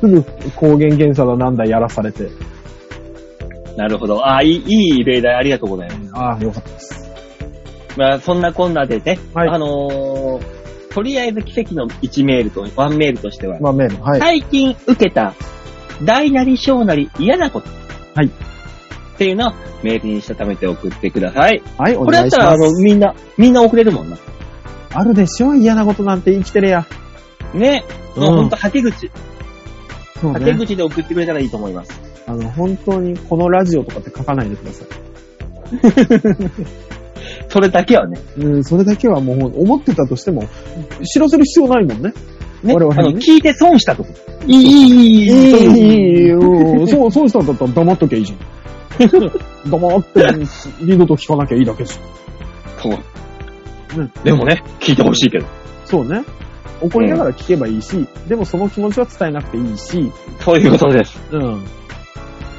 Speaker 3: すぐ抗原検査だなんだやらされて。
Speaker 2: なるほど。ああ、いい、いい例題ありがとうございます。
Speaker 3: ああ、よかった。
Speaker 2: まあ、そんなこんなでね、
Speaker 3: はい
Speaker 2: あのーとりあえず奇跡の1メールと、1メールとしては、
Speaker 3: まあ、メール。はい。
Speaker 2: 最近受けた、大なり小なり嫌なこと。
Speaker 3: はい
Speaker 2: っていうのをメールにしたためて送ってください。
Speaker 3: はい、お
Speaker 2: これだ
Speaker 3: 願
Speaker 2: っ
Speaker 3: いした
Speaker 2: ら、
Speaker 3: ま
Speaker 2: あの、
Speaker 3: す。
Speaker 2: みんな、みんな送れるもんな。
Speaker 3: あるでしょ嫌なことなんて生きてるや。
Speaker 2: ね。
Speaker 3: うん
Speaker 2: もうほんと、はけ口。
Speaker 3: そう
Speaker 2: はけ口で送ってくれたらいいと思います。
Speaker 3: あの、本当にこのラジオとかって書かないでください。
Speaker 2: それだけはね。
Speaker 3: うん、それだけはもう思ってたとしても、知らせる必要ないもんね。
Speaker 2: ね。
Speaker 3: 我々
Speaker 2: あ
Speaker 3: ね
Speaker 2: の、聞いて損したとこ。いい、いい、い
Speaker 3: いい、いい、よ。そう、そうしたんだったら黙っときゃいいじ ゃん。黙って、二度と聞かなきゃいいだけじ
Speaker 2: そう。
Speaker 3: ゃん。
Speaker 2: でもね、聞いてほしいけど。
Speaker 3: そうね。怒りながら聞けばいいし、でもその気持ちは伝えなくていいし、
Speaker 2: そういうことです。
Speaker 3: うん。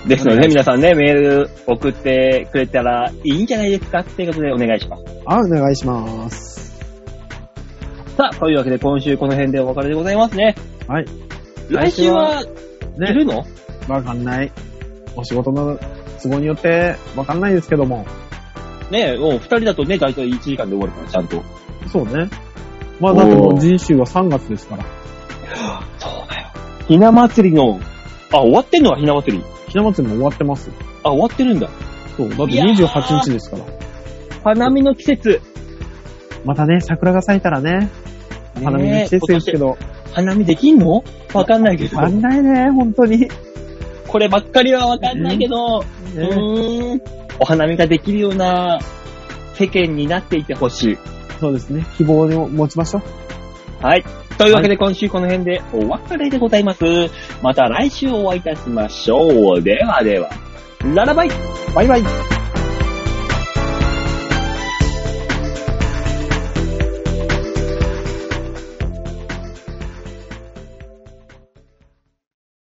Speaker 2: ですので、
Speaker 3: お願いします
Speaker 2: ね、皆さんね、メール送ってくれたらいいんじゃないですかっていうことでお願いします。
Speaker 3: あ、お願いします。
Speaker 2: さあ、というわけで今週この辺でお別れでございますね。
Speaker 3: はい。
Speaker 2: 来週は、い
Speaker 3: ね、
Speaker 2: るの
Speaker 3: わかんない。お仕事の都合によって、わかんないですけども。
Speaker 2: ねもう二人だとね、大体1時間で終わるから、ちゃんと。
Speaker 3: そうね。まあ、だってもう人種は3月ですから。
Speaker 2: そうだよ。ひな祭りの、あ、終わってんのはひな祭り。
Speaker 3: ひな祭りも終わってます。
Speaker 2: あ、終わってるんだ。
Speaker 3: そう。だって
Speaker 2: いやー
Speaker 3: 28日ですから。
Speaker 2: 花見の季節。
Speaker 3: またね、桜が咲いたらね、花見の季節ですけど、
Speaker 2: 花見できんのわかんないけど
Speaker 3: わ。かんないね、本当に。ね
Speaker 2: こればっかりはわかんないけど、うーん。お花見ができるような世間になっていてほしい。
Speaker 3: そうですね、希望を持ちましょう。
Speaker 2: はい。というわけで今週この辺でお別れでございます。また来週お会いいたしましょう。ではでは、ララバイ
Speaker 3: バイバイ。